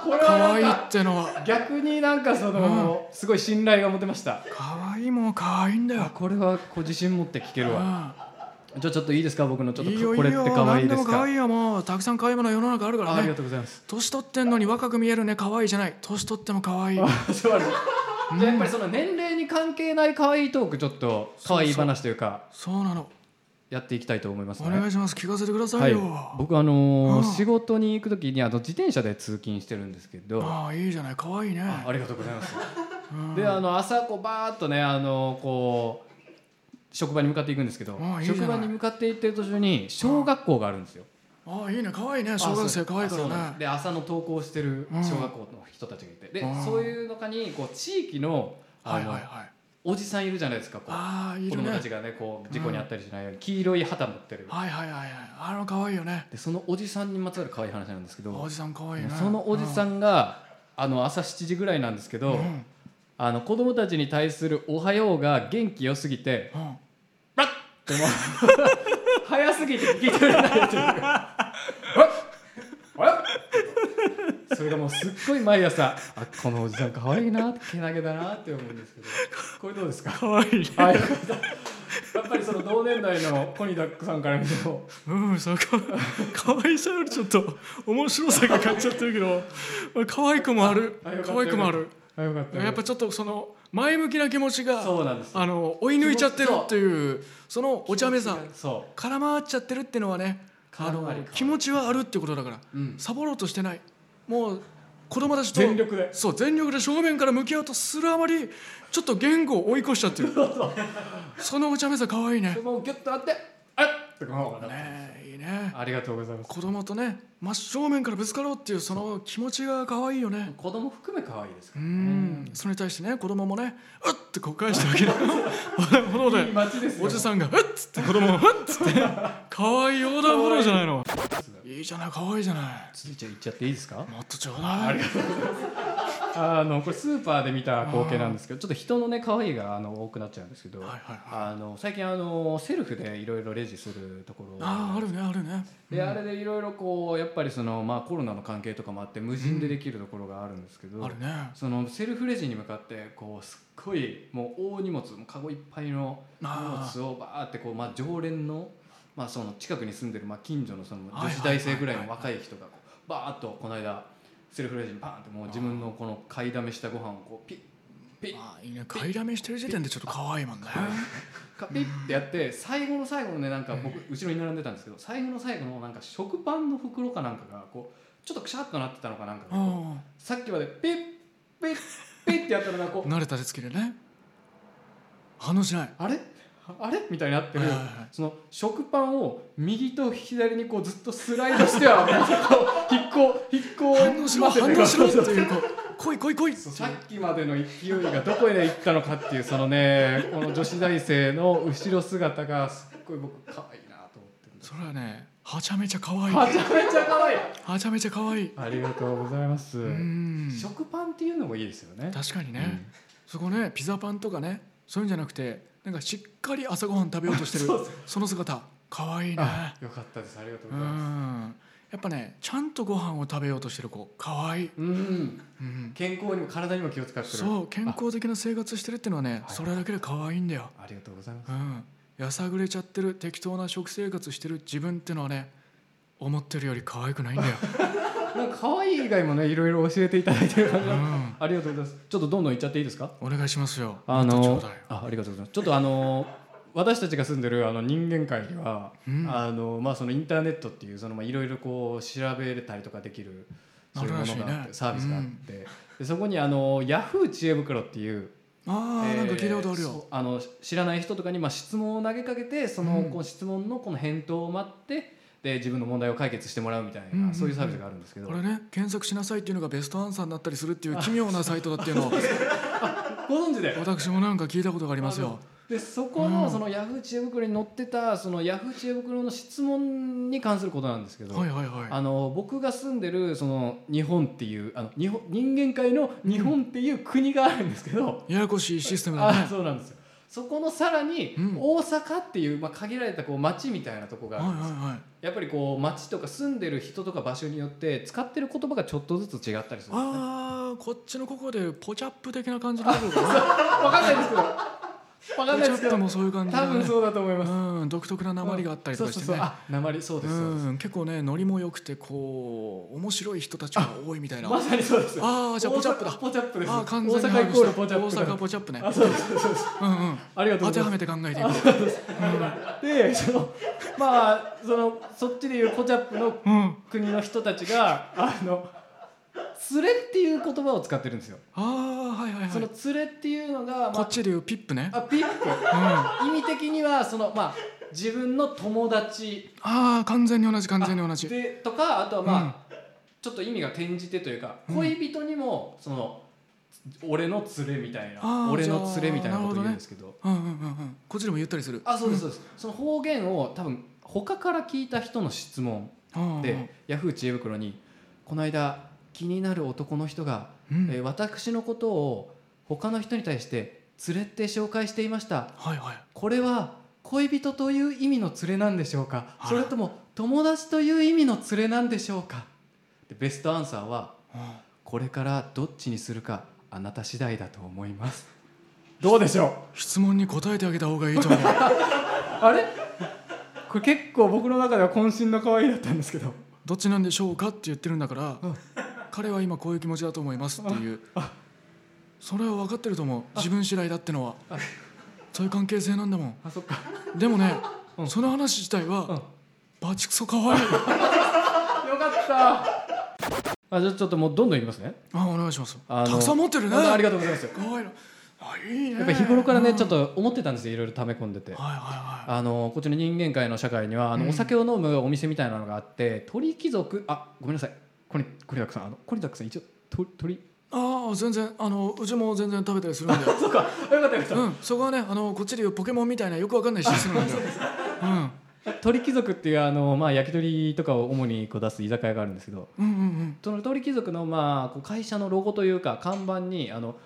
Speaker 1: これは
Speaker 2: 可
Speaker 1: な
Speaker 2: 愛
Speaker 1: ん
Speaker 2: い
Speaker 1: か
Speaker 2: ってのは
Speaker 1: 逆になんかその、すごい信頼が持てました
Speaker 2: 可愛いもんは可愛いんだ
Speaker 1: あ
Speaker 2: よ
Speaker 1: これはこう自信持って聞けるわ
Speaker 2: う
Speaker 1: じゃあちょっといいですか僕のちょ
Speaker 2: ん
Speaker 1: っと
Speaker 2: いいよい
Speaker 1: これっ
Speaker 2: い
Speaker 1: て
Speaker 2: よ
Speaker 1: 可愛いで
Speaker 2: 何ですも
Speaker 1: か
Speaker 2: 可愛いよもうたくさん可愛いもの世の中あるか
Speaker 1: ああ
Speaker 2: ら
Speaker 1: り
Speaker 2: ね
Speaker 1: がとうございます [LAUGHS]
Speaker 2: 年取ってんのに若く見えるね可愛いじゃない年取っても可愛い
Speaker 1: あそうあるじゃあやっぱりその年齢に関係ない可愛いトークちょっと可愛い話というか
Speaker 2: そうなの
Speaker 1: やっていきたいと思います
Speaker 2: お
Speaker 1: ね。
Speaker 2: 願いします聞かせてくださ
Speaker 1: はいい
Speaker 2: よ、、
Speaker 1: 僕あのー
Speaker 2: うん
Speaker 1: 仕事に行く時にあの自転車で通勤してるんですけどあ
Speaker 2: ああいいじゃない可愛いね
Speaker 1: ありがとうございます
Speaker 2: うん
Speaker 1: であの朝こうバーッとねあのこう職場に向かっていくんですけど
Speaker 2: あいいじゃない
Speaker 1: 職場に向かって行ってる途中に小学校があるんですよ
Speaker 2: ああいいね可愛いね小学生可愛いか
Speaker 1: あそうなん
Speaker 2: ら
Speaker 1: です
Speaker 2: ね
Speaker 1: で朝の登校してる小学校の人たちがいて、で
Speaker 2: うん
Speaker 1: そういう中にこう地域のあ
Speaker 2: はい
Speaker 1: の、
Speaker 2: はいはい
Speaker 1: おじさんいるじゃないですかこう
Speaker 2: ああい
Speaker 1: 子
Speaker 2: るね
Speaker 1: 供
Speaker 2: は
Speaker 1: た
Speaker 2: い
Speaker 1: ちがねこう事故に遭ったりしないように黄色い旗持ってる、
Speaker 2: はいはいはいあの可愛いよね
Speaker 1: でそのおじさんにまつわる可愛い話なんですけど
Speaker 2: おじさん可愛いね
Speaker 1: そのおじさんが、あの朝7時ぐらいなんですけ
Speaker 2: うん
Speaker 1: ど、
Speaker 2: うん
Speaker 1: あの子供たちに対する「おはよう」が元気良すぎて
Speaker 2: うん
Speaker 1: 「バッ!」ってもう早すぎて聞いてくれないというか「あれあれそれがもうすっごい毎朝「あこのおじさん可愛いな」けなげだなって思うんですけどこれどうですか
Speaker 2: 可愛いね
Speaker 1: あよかったやっぱりその同年代のコニダックさんから見ても
Speaker 2: うんそこ可愛さよりちょっと面白さが勝っちゃってるけどまあ可愛くもある
Speaker 1: あよかった
Speaker 2: 可愛くもある
Speaker 1: あよかった
Speaker 2: やっぱちょっとその前向きな気持ちが
Speaker 1: そうなんです
Speaker 2: あの追い抜いちゃってるっていうそのお茶目さ
Speaker 1: そ
Speaker 2: 空回っちゃってるっていうのはねあ
Speaker 1: 空回り
Speaker 2: の気持ちはあるってことだから
Speaker 1: う、うん、
Speaker 2: サボろうとしてないもう子供たちと
Speaker 1: 全力で
Speaker 2: そう全力で正面から向き合おうとするあまりちょっと言語を追い越しちゃってるそのお茶目さ可愛いね
Speaker 1: そこをギュッとあって「あっ!」とかもう
Speaker 2: ねえいいね
Speaker 1: ありがとうございます
Speaker 2: 子供とね真正面からぶつかろうっていうその気持ちが可愛いよね
Speaker 1: 子供含め可愛いですか
Speaker 2: う
Speaker 1: ら
Speaker 2: んそれに対してね子供もねうっってこう返してあげる
Speaker 1: [LAUGHS]
Speaker 2: ほどで
Speaker 1: いい街ですよ
Speaker 2: おじさんが「うっ!」つって子供が「うっ!」つって可愛い横断歩道じゃないのいいじゃない可愛いじゃな
Speaker 1: 続いちゃいっちゃっていいですか
Speaker 2: いもっとちょうだい
Speaker 1: あのこれスーパーで見た光景なんですけどちょっと人のね可愛いがあの多くなっちゃうんですけど、
Speaker 2: はいはいはい
Speaker 1: あの最近あのセルフでいろいろレジするところ
Speaker 2: あああるねあるね
Speaker 1: であれでいろいろこうやっぱりその、まあ、コロナの関係とかもあって無人でできるところがあるんですけど、
Speaker 2: あるね
Speaker 1: そのセルフレジに向かってこうすっごいもう大荷物もうカゴいっぱいの荷
Speaker 2: あー
Speaker 1: 物をバーってこう、まあ、常連の,、まあその近くに住んでる、まあ、近所のその
Speaker 2: はいは
Speaker 1: 女
Speaker 2: いはい
Speaker 1: 子大生ぐらいの若い人がこうバーっとこの間セルフレジにバーンってもう自分のこの買いだめしたご飯をこうピッピッ
Speaker 2: ああいいね買いだめしてる時点でちょっと可愛いもんね
Speaker 1: カピッってやって最後の最後のねなんか僕後ろに並んでたんですけど最後の最後のなんか食パンの袋かなんかがこうちょっとくしゃっとなってたのかなんか
Speaker 2: う
Speaker 1: がこうんさっきまでピッピッピッってやったのがこう
Speaker 2: 慣れた手つきでね反応しない
Speaker 1: あれあれみたいになってる、
Speaker 2: はいはいはい
Speaker 1: その食パンを右と左にこうずっとスライドしてはもうこう引っこ引っこ
Speaker 2: 反応しろ反応しろっていうこう来い来い来いっていう
Speaker 1: さっきまでの勢いがどこへ行ったのかっていうそのねこの女子大生の後ろ姿がすっごい僕可愛いなと思ってるんです
Speaker 2: それはねはちゃめちゃ可愛い
Speaker 1: [LAUGHS] めちゃめちゃ可愛い
Speaker 2: はちゃめちゃ可愛い
Speaker 1: ありがとうございます、
Speaker 2: うん
Speaker 1: 食パンっていうのもいいですよね
Speaker 2: 確かに
Speaker 1: う
Speaker 2: ね
Speaker 1: ん
Speaker 2: そこねピザパンとかねそういうんじゃなくてなんかしっかり朝ごはん食べようとしてる
Speaker 1: そう
Speaker 2: その姿可愛いね
Speaker 1: あよかったですありがとう
Speaker 2: う
Speaker 1: ございます
Speaker 2: んやっぱねちゃんとご飯を食べようとしてる子可愛い
Speaker 1: うん
Speaker 2: うん
Speaker 1: 健康にも体にも気を使ってる
Speaker 2: そう健康的な生活してるってのはね
Speaker 1: はい
Speaker 2: それだけで可愛いんだよ
Speaker 1: ありがとうございます
Speaker 2: うんやさぐれちゃってる適当な食生活してる自分ってのはね思ってるより可愛くないん
Speaker 1: [LAUGHS]
Speaker 2: だよ
Speaker 1: なんか可愛い以外もねいろいろ教えていただいてる感じが、
Speaker 2: うん
Speaker 1: ありがとうございますちょっとどんどんいっちゃっていいですか
Speaker 2: お願いしますよ
Speaker 1: あ
Speaker 2: またちょ
Speaker 1: の
Speaker 2: うだい
Speaker 1: あありがとうございますちょっとあの私たちが住んでるあの人間界には、
Speaker 2: うん
Speaker 1: あのまあそのインターネットっていうそのまあいろいろこう調べれたりとかできるそういうものがあって
Speaker 2: あるらしいね
Speaker 1: サービスがあって、でそこにあのヤフー知恵袋っていう
Speaker 2: あー
Speaker 1: えー
Speaker 2: なんか聞いたことある
Speaker 1: そう
Speaker 2: よ
Speaker 1: あの知らない人とかにまあ質問を投げかけてその、
Speaker 2: うん
Speaker 1: こう質問のこの返答を待ってで自分の問題を解決してもらうみたいな、
Speaker 2: うんうんうん
Speaker 1: そういうサービスがあるんですけど
Speaker 2: これね検索しなさいっていうのがベストアンサーになったりするっていう奇妙なサイトだって
Speaker 1: [LAUGHS]
Speaker 2: いうのを
Speaker 1: ご存知で
Speaker 2: 私もなんか聞いたことがありますよ
Speaker 1: でそこ
Speaker 2: う
Speaker 1: の
Speaker 2: ん
Speaker 1: そのヤフー知恵袋に載ってたそのヤフー知恵袋の質問に関することなんですけど、
Speaker 2: はいはいは
Speaker 1: あの僕が住んでるその日本っていうあの日本人間界の日本っていう国があるんですけど、
Speaker 2: いややこしいシステムだ
Speaker 1: あ
Speaker 2: ね
Speaker 1: そうなんですよそこのさらに
Speaker 2: うん
Speaker 1: 大阪っていう、まあ、限られたこう町みたいなとこが
Speaker 2: はい
Speaker 1: あ
Speaker 2: は
Speaker 1: るん
Speaker 2: い
Speaker 1: ですよ
Speaker 2: はい
Speaker 1: やっぱりこう町とか住んでる人とか場所によって使ってる言葉がちょっとずつ違ったりするんですね [LAUGHS]
Speaker 2: あーこっちのここでポチャップ的な感じのところが
Speaker 1: わかんないですけどわかんない
Speaker 3: ち
Speaker 1: で
Speaker 3: ょっ
Speaker 1: すけ
Speaker 3: と
Speaker 1: ど
Speaker 3: もうそういう感じ
Speaker 1: 多
Speaker 3: だね
Speaker 1: 分そうだと思います
Speaker 3: うん独特な訛りがあったりとかしてね
Speaker 1: そうそうそうあ鉛そうですそうです
Speaker 3: うん結構ねノリも良くてこう面白い人たちが多いみたいな
Speaker 1: まさにそうです
Speaker 3: あーじゃあポチャップだ
Speaker 1: 大阪ポチャップです
Speaker 3: ああ完全に
Speaker 1: 大
Speaker 3: 把
Speaker 1: 阪
Speaker 3: 握
Speaker 1: イ
Speaker 3: し
Speaker 1: コー
Speaker 3: た
Speaker 1: ルポチャップだ
Speaker 3: 大阪ポチャップね
Speaker 1: あそうですそうです
Speaker 3: うんうん
Speaker 1: ありがとう
Speaker 3: 当
Speaker 1: ござ
Speaker 3: て
Speaker 1: い
Speaker 3: は
Speaker 1: ます
Speaker 3: めて考えていこう
Speaker 1: でそのまあそのそっちでいうポチャップの
Speaker 3: うんあ
Speaker 1: 国の人たちがあの連れっていう言葉を使ってるんですよ、
Speaker 3: あーはいはい
Speaker 1: その
Speaker 3: はい
Speaker 1: 連れっていうのが、ま
Speaker 3: こ
Speaker 1: あ
Speaker 3: っ、ちでいうピップね
Speaker 1: あピップ
Speaker 3: うんあ
Speaker 1: 意味的にはそのまあ自分の友達
Speaker 3: あ完全に同じ完全に同じ
Speaker 1: でとかあとはまあ、ちょっと意味が転じてというか、恋人にもその俺の連れみたい
Speaker 3: あー
Speaker 1: な俺の連れみたいなことを言うんですけど
Speaker 3: うんうんうんうんこっちでも言ったりする
Speaker 1: あそうですそうです、その方言を多分他から聞いた人の質問
Speaker 3: うん
Speaker 1: で、ヤフー知恵袋に「この間気になる男の人が、
Speaker 3: うん
Speaker 1: えー私のことを他の人に対して連れって紹介していました
Speaker 3: はいはい
Speaker 1: これは恋人という意味の連れなんでしょうか
Speaker 3: あら
Speaker 1: それとも友達という意味の連れなんでしょうか?」でベストアンサーは
Speaker 3: うん
Speaker 1: 「これからどっちにするかあなた次第だと思います」どうでしょう
Speaker 3: 質問に答えてあげた方がいいと思う [LAUGHS]
Speaker 1: あれこれ結構僕の中では渾身の可愛いだったんですけど
Speaker 3: どっちなんでしょうかって言ってるんだから
Speaker 1: うん
Speaker 3: 彼は今こういう気持ちだと思いますっていうそれは分かってると思う自分次第だってのは
Speaker 1: あ
Speaker 3: そういう関係性なんだもん
Speaker 1: あそっか
Speaker 3: でもね
Speaker 1: うん
Speaker 3: その話自体
Speaker 1: うん
Speaker 3: はバチクソ可愛い
Speaker 1: よかったあじゃあちょっともうどんどんいきますね
Speaker 3: あお願いします
Speaker 1: あの
Speaker 3: たくさん持ってるね
Speaker 1: あありがとうございます
Speaker 3: 可愛いのあいいね
Speaker 1: やっぱ日頃から
Speaker 3: う
Speaker 1: ね
Speaker 3: ん
Speaker 1: ちょっと思ってたんですよいろいろ溜め込んでて
Speaker 3: はいはいは
Speaker 1: あのこっちの人間界の社会にはあの、
Speaker 3: うん
Speaker 1: お酒を飲むお店みたいなのがあって鳥貴族あごめんなさいコニコニダックさんあのコニダックさん一応と鳥
Speaker 3: いああ全然あのうちも全然食べたりする
Speaker 1: [LAUGHS]
Speaker 3: んで
Speaker 1: そうかよかったよか
Speaker 3: うんそこはねあのこっちでいうポケモンみたいなよくわかんないシステムなんだようん
Speaker 1: た鳥貴族っていうあの、まあ、焼き鳥とかを主にこう出す居酒屋があるんですけど
Speaker 3: うんうん
Speaker 1: その鳥貴族の、まあ、こう会社のロゴというか看板にあの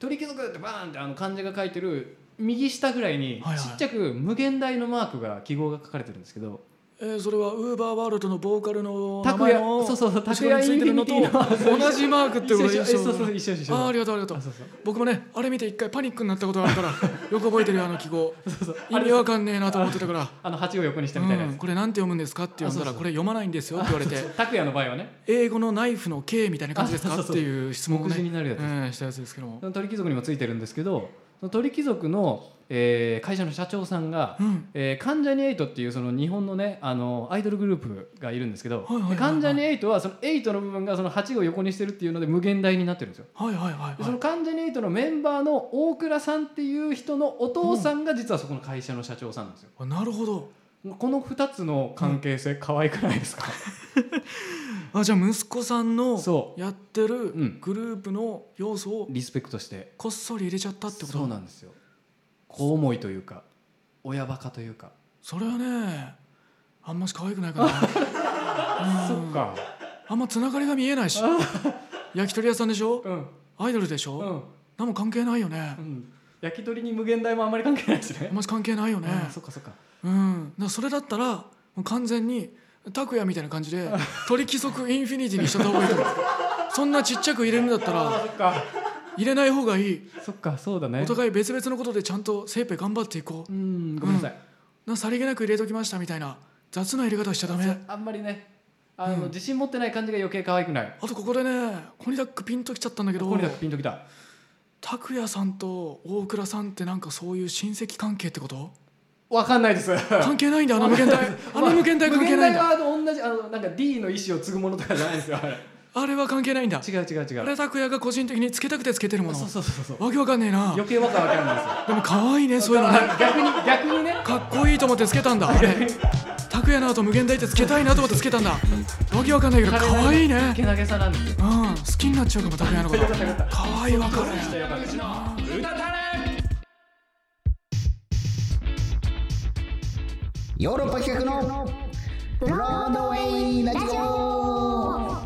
Speaker 1: 鳥貴族ってバーンってあの漢字が書いてる右下ぐらいに
Speaker 3: はいはい
Speaker 1: ちっちゃく無限大のマークが記号が書かれてるんですけど
Speaker 3: うんえーそれはウーバーワールドのボーカルの名
Speaker 1: 拓也
Speaker 3: 前の
Speaker 1: そうそうそう拓
Speaker 3: 後ろ
Speaker 1: 也
Speaker 3: につ
Speaker 1: イ
Speaker 3: い
Speaker 1: ン
Speaker 3: て
Speaker 1: フ
Speaker 3: る
Speaker 1: ィ
Speaker 3: の
Speaker 1: ニ
Speaker 3: と
Speaker 1: ティの
Speaker 3: 同じマークって
Speaker 1: 一
Speaker 3: こ
Speaker 1: 緒
Speaker 3: れ
Speaker 1: 一緒
Speaker 3: 一緒
Speaker 1: そうそう一緒一緒
Speaker 3: あーありがとうありがと
Speaker 1: あ
Speaker 3: う
Speaker 1: そうそう
Speaker 3: 僕もねあれ見て一回パニックになったことある [LAUGHS] からよく覚えてるよあの記号
Speaker 1: そうそう
Speaker 3: 意味わかんねえなと思ってたから
Speaker 1: あの鉢を横にしたみたいな
Speaker 3: う
Speaker 1: や
Speaker 3: ん、これなんて読むんですかって呼んだ
Speaker 1: あそう
Speaker 3: ら
Speaker 1: そう
Speaker 3: これ読まないんですよって言われて
Speaker 1: つ拓也の場合はね
Speaker 3: 英語のナイフの K みたいな感じです
Speaker 1: あ
Speaker 3: か
Speaker 1: そう
Speaker 3: っ
Speaker 1: そう
Speaker 3: て
Speaker 1: そう
Speaker 3: いう質問を
Speaker 1: 目次
Speaker 3: ね
Speaker 1: になるやつです
Speaker 3: うんしたやつですけども
Speaker 1: その鳥貴族にもついてるんですけどその鳥貴族の、えー会社の社長さんが
Speaker 3: う、ん
Speaker 1: えー関ジャニエイトっていうその日本のねあのアイドルグループがいるんですけど、
Speaker 3: はいはいはいはい
Speaker 1: 関ジャニエイトはそのエイトの部分がその8を横にしてるっていうので無限大になってるんですよ。
Speaker 3: はいはいは
Speaker 1: でそ
Speaker 3: いは
Speaker 1: の
Speaker 3: い
Speaker 1: 関ジャニエイトのメンバーの大倉さんっていう人のお父さんが実はそこの会社の社長さんなんですよ。
Speaker 3: あなるほど
Speaker 1: この2つの関係性可愛くないですか、
Speaker 3: あじゃあ息子さんの
Speaker 1: [LAUGHS] そ
Speaker 3: やってる
Speaker 1: うん
Speaker 3: グループの要素を
Speaker 1: リスペクトして
Speaker 3: こっそり入れちゃったってこと
Speaker 1: そうなんですよ子思いというか親バカというか、
Speaker 3: それはねあんまし可愛くないか
Speaker 1: [LAUGHS]
Speaker 3: な
Speaker 1: そ
Speaker 3: うん
Speaker 1: っか
Speaker 3: あんまつながりが見えないし焼き鳥屋さんでしょ
Speaker 1: うん
Speaker 3: アイドルでし
Speaker 1: う
Speaker 3: ょ
Speaker 1: ん、
Speaker 3: 何も関係ないよね
Speaker 1: うん、焼き鳥に無限大もあんまり関係ないです
Speaker 3: あ
Speaker 1: ね
Speaker 3: んまし関係ないよね
Speaker 1: あそっかそっか
Speaker 3: うんだからそれだったらもう完全に拓哉みたいな感じで鳥貴族インフィニティにしちゃった方がいいと思うそんなちっちゃく入れるんだったら
Speaker 1: そっか
Speaker 3: 入れない方がいい
Speaker 1: そっかそうだね
Speaker 3: お互い別々のことでちゃんと精い頑張っていこう
Speaker 1: うんごめんなさい、
Speaker 3: なんかさりげなく入れときましたみたいな雑な入れ方しちゃダメ
Speaker 1: あんまりねあの、
Speaker 3: うん
Speaker 1: 自信持ってない感じが余計可愛くない
Speaker 3: あとここでねコニダックピンときちゃったんだけど
Speaker 1: これだけピンときた
Speaker 3: 拓哉さんと大倉さんってなんかそういう親戚関係ってこと
Speaker 1: わかんないです
Speaker 3: 関係ないんだあの無限大あの無限大関係ないんだ
Speaker 1: 無限大はあの同じあのなんか D の意思を継ぐものとかじゃないんですよあれ
Speaker 3: あれは関係ないんだ
Speaker 1: 違う違う違
Speaker 3: あ
Speaker 1: う
Speaker 3: れは拓哉が個人的につけたくてつけてるもの
Speaker 1: そうそうそうそう
Speaker 3: わけわかんねえな
Speaker 1: 余計わけわかんないですよ
Speaker 3: でも可愛いねそういうのね
Speaker 1: 逆に逆にね
Speaker 3: かっこいいと思ってつけたんだあれ拓哉の後無限大ってつけたいなと思ってつけたんだわけわかんないけど可愛いね
Speaker 1: けなげさなんですよ
Speaker 3: うん好きになっちゃうかも拓哉のこと可愛いわかる
Speaker 4: ヨーロッパ企画のブロードウェイラジオ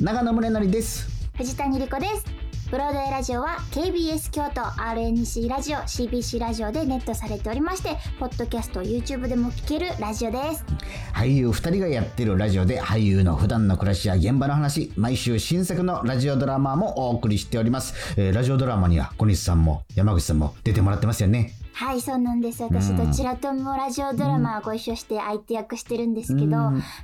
Speaker 4: 長野宗則です
Speaker 5: 藤谷莉子ですブロードウェイラジオは KBS 京都 RNC ラジオ CBC ラジオでネットされておりましてポッドキャスト YouTube でも聞けるラジオです
Speaker 4: 俳優二人がやってるラジオで俳優の普段の暮らしや現場の話毎週新作のラジオドラマもお送りしております、えーラジオドラマには小西さんも山口さんも出てもらってますよね
Speaker 5: はいそうなんです
Speaker 4: う
Speaker 5: 私
Speaker 4: ん
Speaker 5: どちらともラジオドラマはご一緒して相手役してるんですけ
Speaker 4: う
Speaker 5: ど、
Speaker 4: ん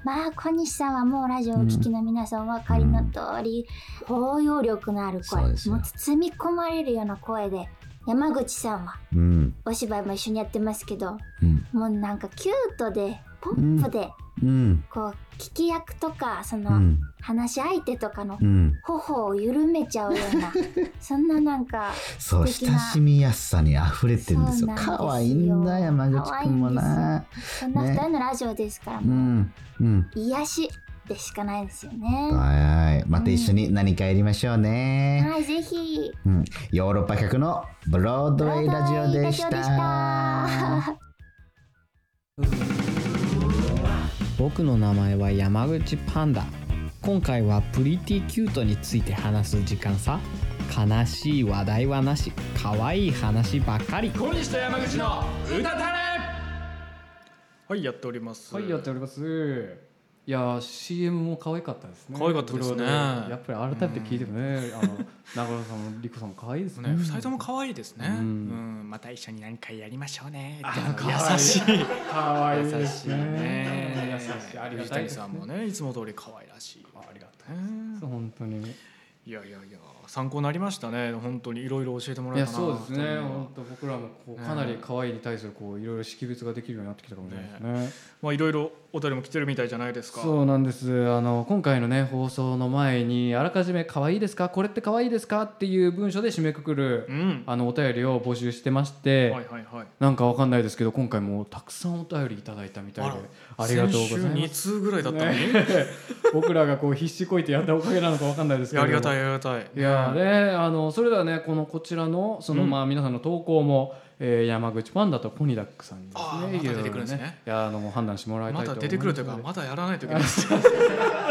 Speaker 5: まあ小西さんはもうラジオをお聞きの皆さんお分かりの通り、包容力のある声
Speaker 4: そうですよ
Speaker 5: もう包み込まれるような声で山口さんは
Speaker 4: うん
Speaker 5: お芝居も一緒にやってますけど
Speaker 4: うん
Speaker 5: もうなんかキュートでポップで、
Speaker 4: うん
Speaker 5: こう聞き役とかそうの
Speaker 4: ん
Speaker 5: 話し相手とかの
Speaker 4: うん
Speaker 5: 頬を緩めちゃうよ
Speaker 4: [LAUGHS]
Speaker 5: うなそんななんか
Speaker 4: そう
Speaker 5: 素敵な
Speaker 4: 親しみやすさに溢れてるんですよ
Speaker 5: そうなんですよ
Speaker 4: 可愛いんだ山口くんもな
Speaker 5: そんな二人のラジオですから、
Speaker 4: う
Speaker 5: もうん
Speaker 4: うん
Speaker 5: 癒しでしかないですよね。
Speaker 4: はいはいまた一緒に何かやりましょうね、
Speaker 5: はい、ぜひ。
Speaker 4: うん、ヨーロッパ客のブロードウェイラジオでし
Speaker 5: ブロードウェイラジオでした
Speaker 4: た。
Speaker 6: 僕の名前は山口パンダ今回はプリティキュートについて話す時間さ悲しい話題はなし可愛い話ばかり
Speaker 3: 小西と山口の歌たれはいやっております
Speaker 1: はい、やっております。いやー、CM も可愛かったですね。
Speaker 3: 可愛かったですね
Speaker 1: ブロードウェイやっぱり改めて聞いてもね、あ
Speaker 3: [LAUGHS]
Speaker 1: の、中村さんも、リコさんも可愛いですね。
Speaker 3: ね、二人とも可愛いですね、
Speaker 1: う
Speaker 3: う
Speaker 1: んん
Speaker 3: また一緒に何回やりましょうね
Speaker 1: あ
Speaker 3: って
Speaker 1: 可愛い
Speaker 3: 優しい
Speaker 1: 可愛い
Speaker 3: 優
Speaker 1: で
Speaker 3: し
Speaker 1: す
Speaker 3: いね
Speaker 1: 優しい、ありが
Speaker 3: 藤
Speaker 1: たい
Speaker 3: 谷
Speaker 1: です
Speaker 3: さんもねいつも通り可愛らしい
Speaker 1: あありがたい
Speaker 3: ね
Speaker 1: そう本当に。
Speaker 3: いやいやいや参考になりましたね本当にいろいろ教えても
Speaker 1: い
Speaker 3: らえ
Speaker 1: や
Speaker 3: たな
Speaker 1: そうですね。
Speaker 3: 本
Speaker 1: 本当僕らもこう
Speaker 3: ね
Speaker 1: かなり可愛いに対するこういろいろ識別ができるようになってきたかもしれないですね。
Speaker 3: 当にまあいろいろお便りも来てるみたいじゃないですか
Speaker 1: そうなんです。あの今回のね放送の前にあらかじめ可愛いですかこれって可愛いですかっていう文章で締めくくる
Speaker 3: うんは
Speaker 1: あのお便りを募集してまして、
Speaker 3: いはいはい
Speaker 1: なんかわかんないですけど今回もたくさんお便りいただいたみたいでありがとうござい
Speaker 3: 先週
Speaker 1: ま
Speaker 3: 二
Speaker 1: す。
Speaker 3: 通ぐらいだったのに、
Speaker 1: ね僕らがこう必死こいてやったおかげなのかわかんないです
Speaker 3: い
Speaker 1: けど。
Speaker 3: やありがたいありがたい
Speaker 1: いやーね、あのそれではねこのこちらのその、
Speaker 3: うん
Speaker 1: まあ皆さんの投稿も、えー山口パンダとコニダックさんにで
Speaker 3: あー
Speaker 1: すね
Speaker 3: また
Speaker 1: いろいろ
Speaker 3: 出てくるんですね
Speaker 1: いやーあの判断してもらいた
Speaker 3: ま
Speaker 1: いと
Speaker 3: た
Speaker 1: 思います
Speaker 3: 出てくるというかまだやらないといけないです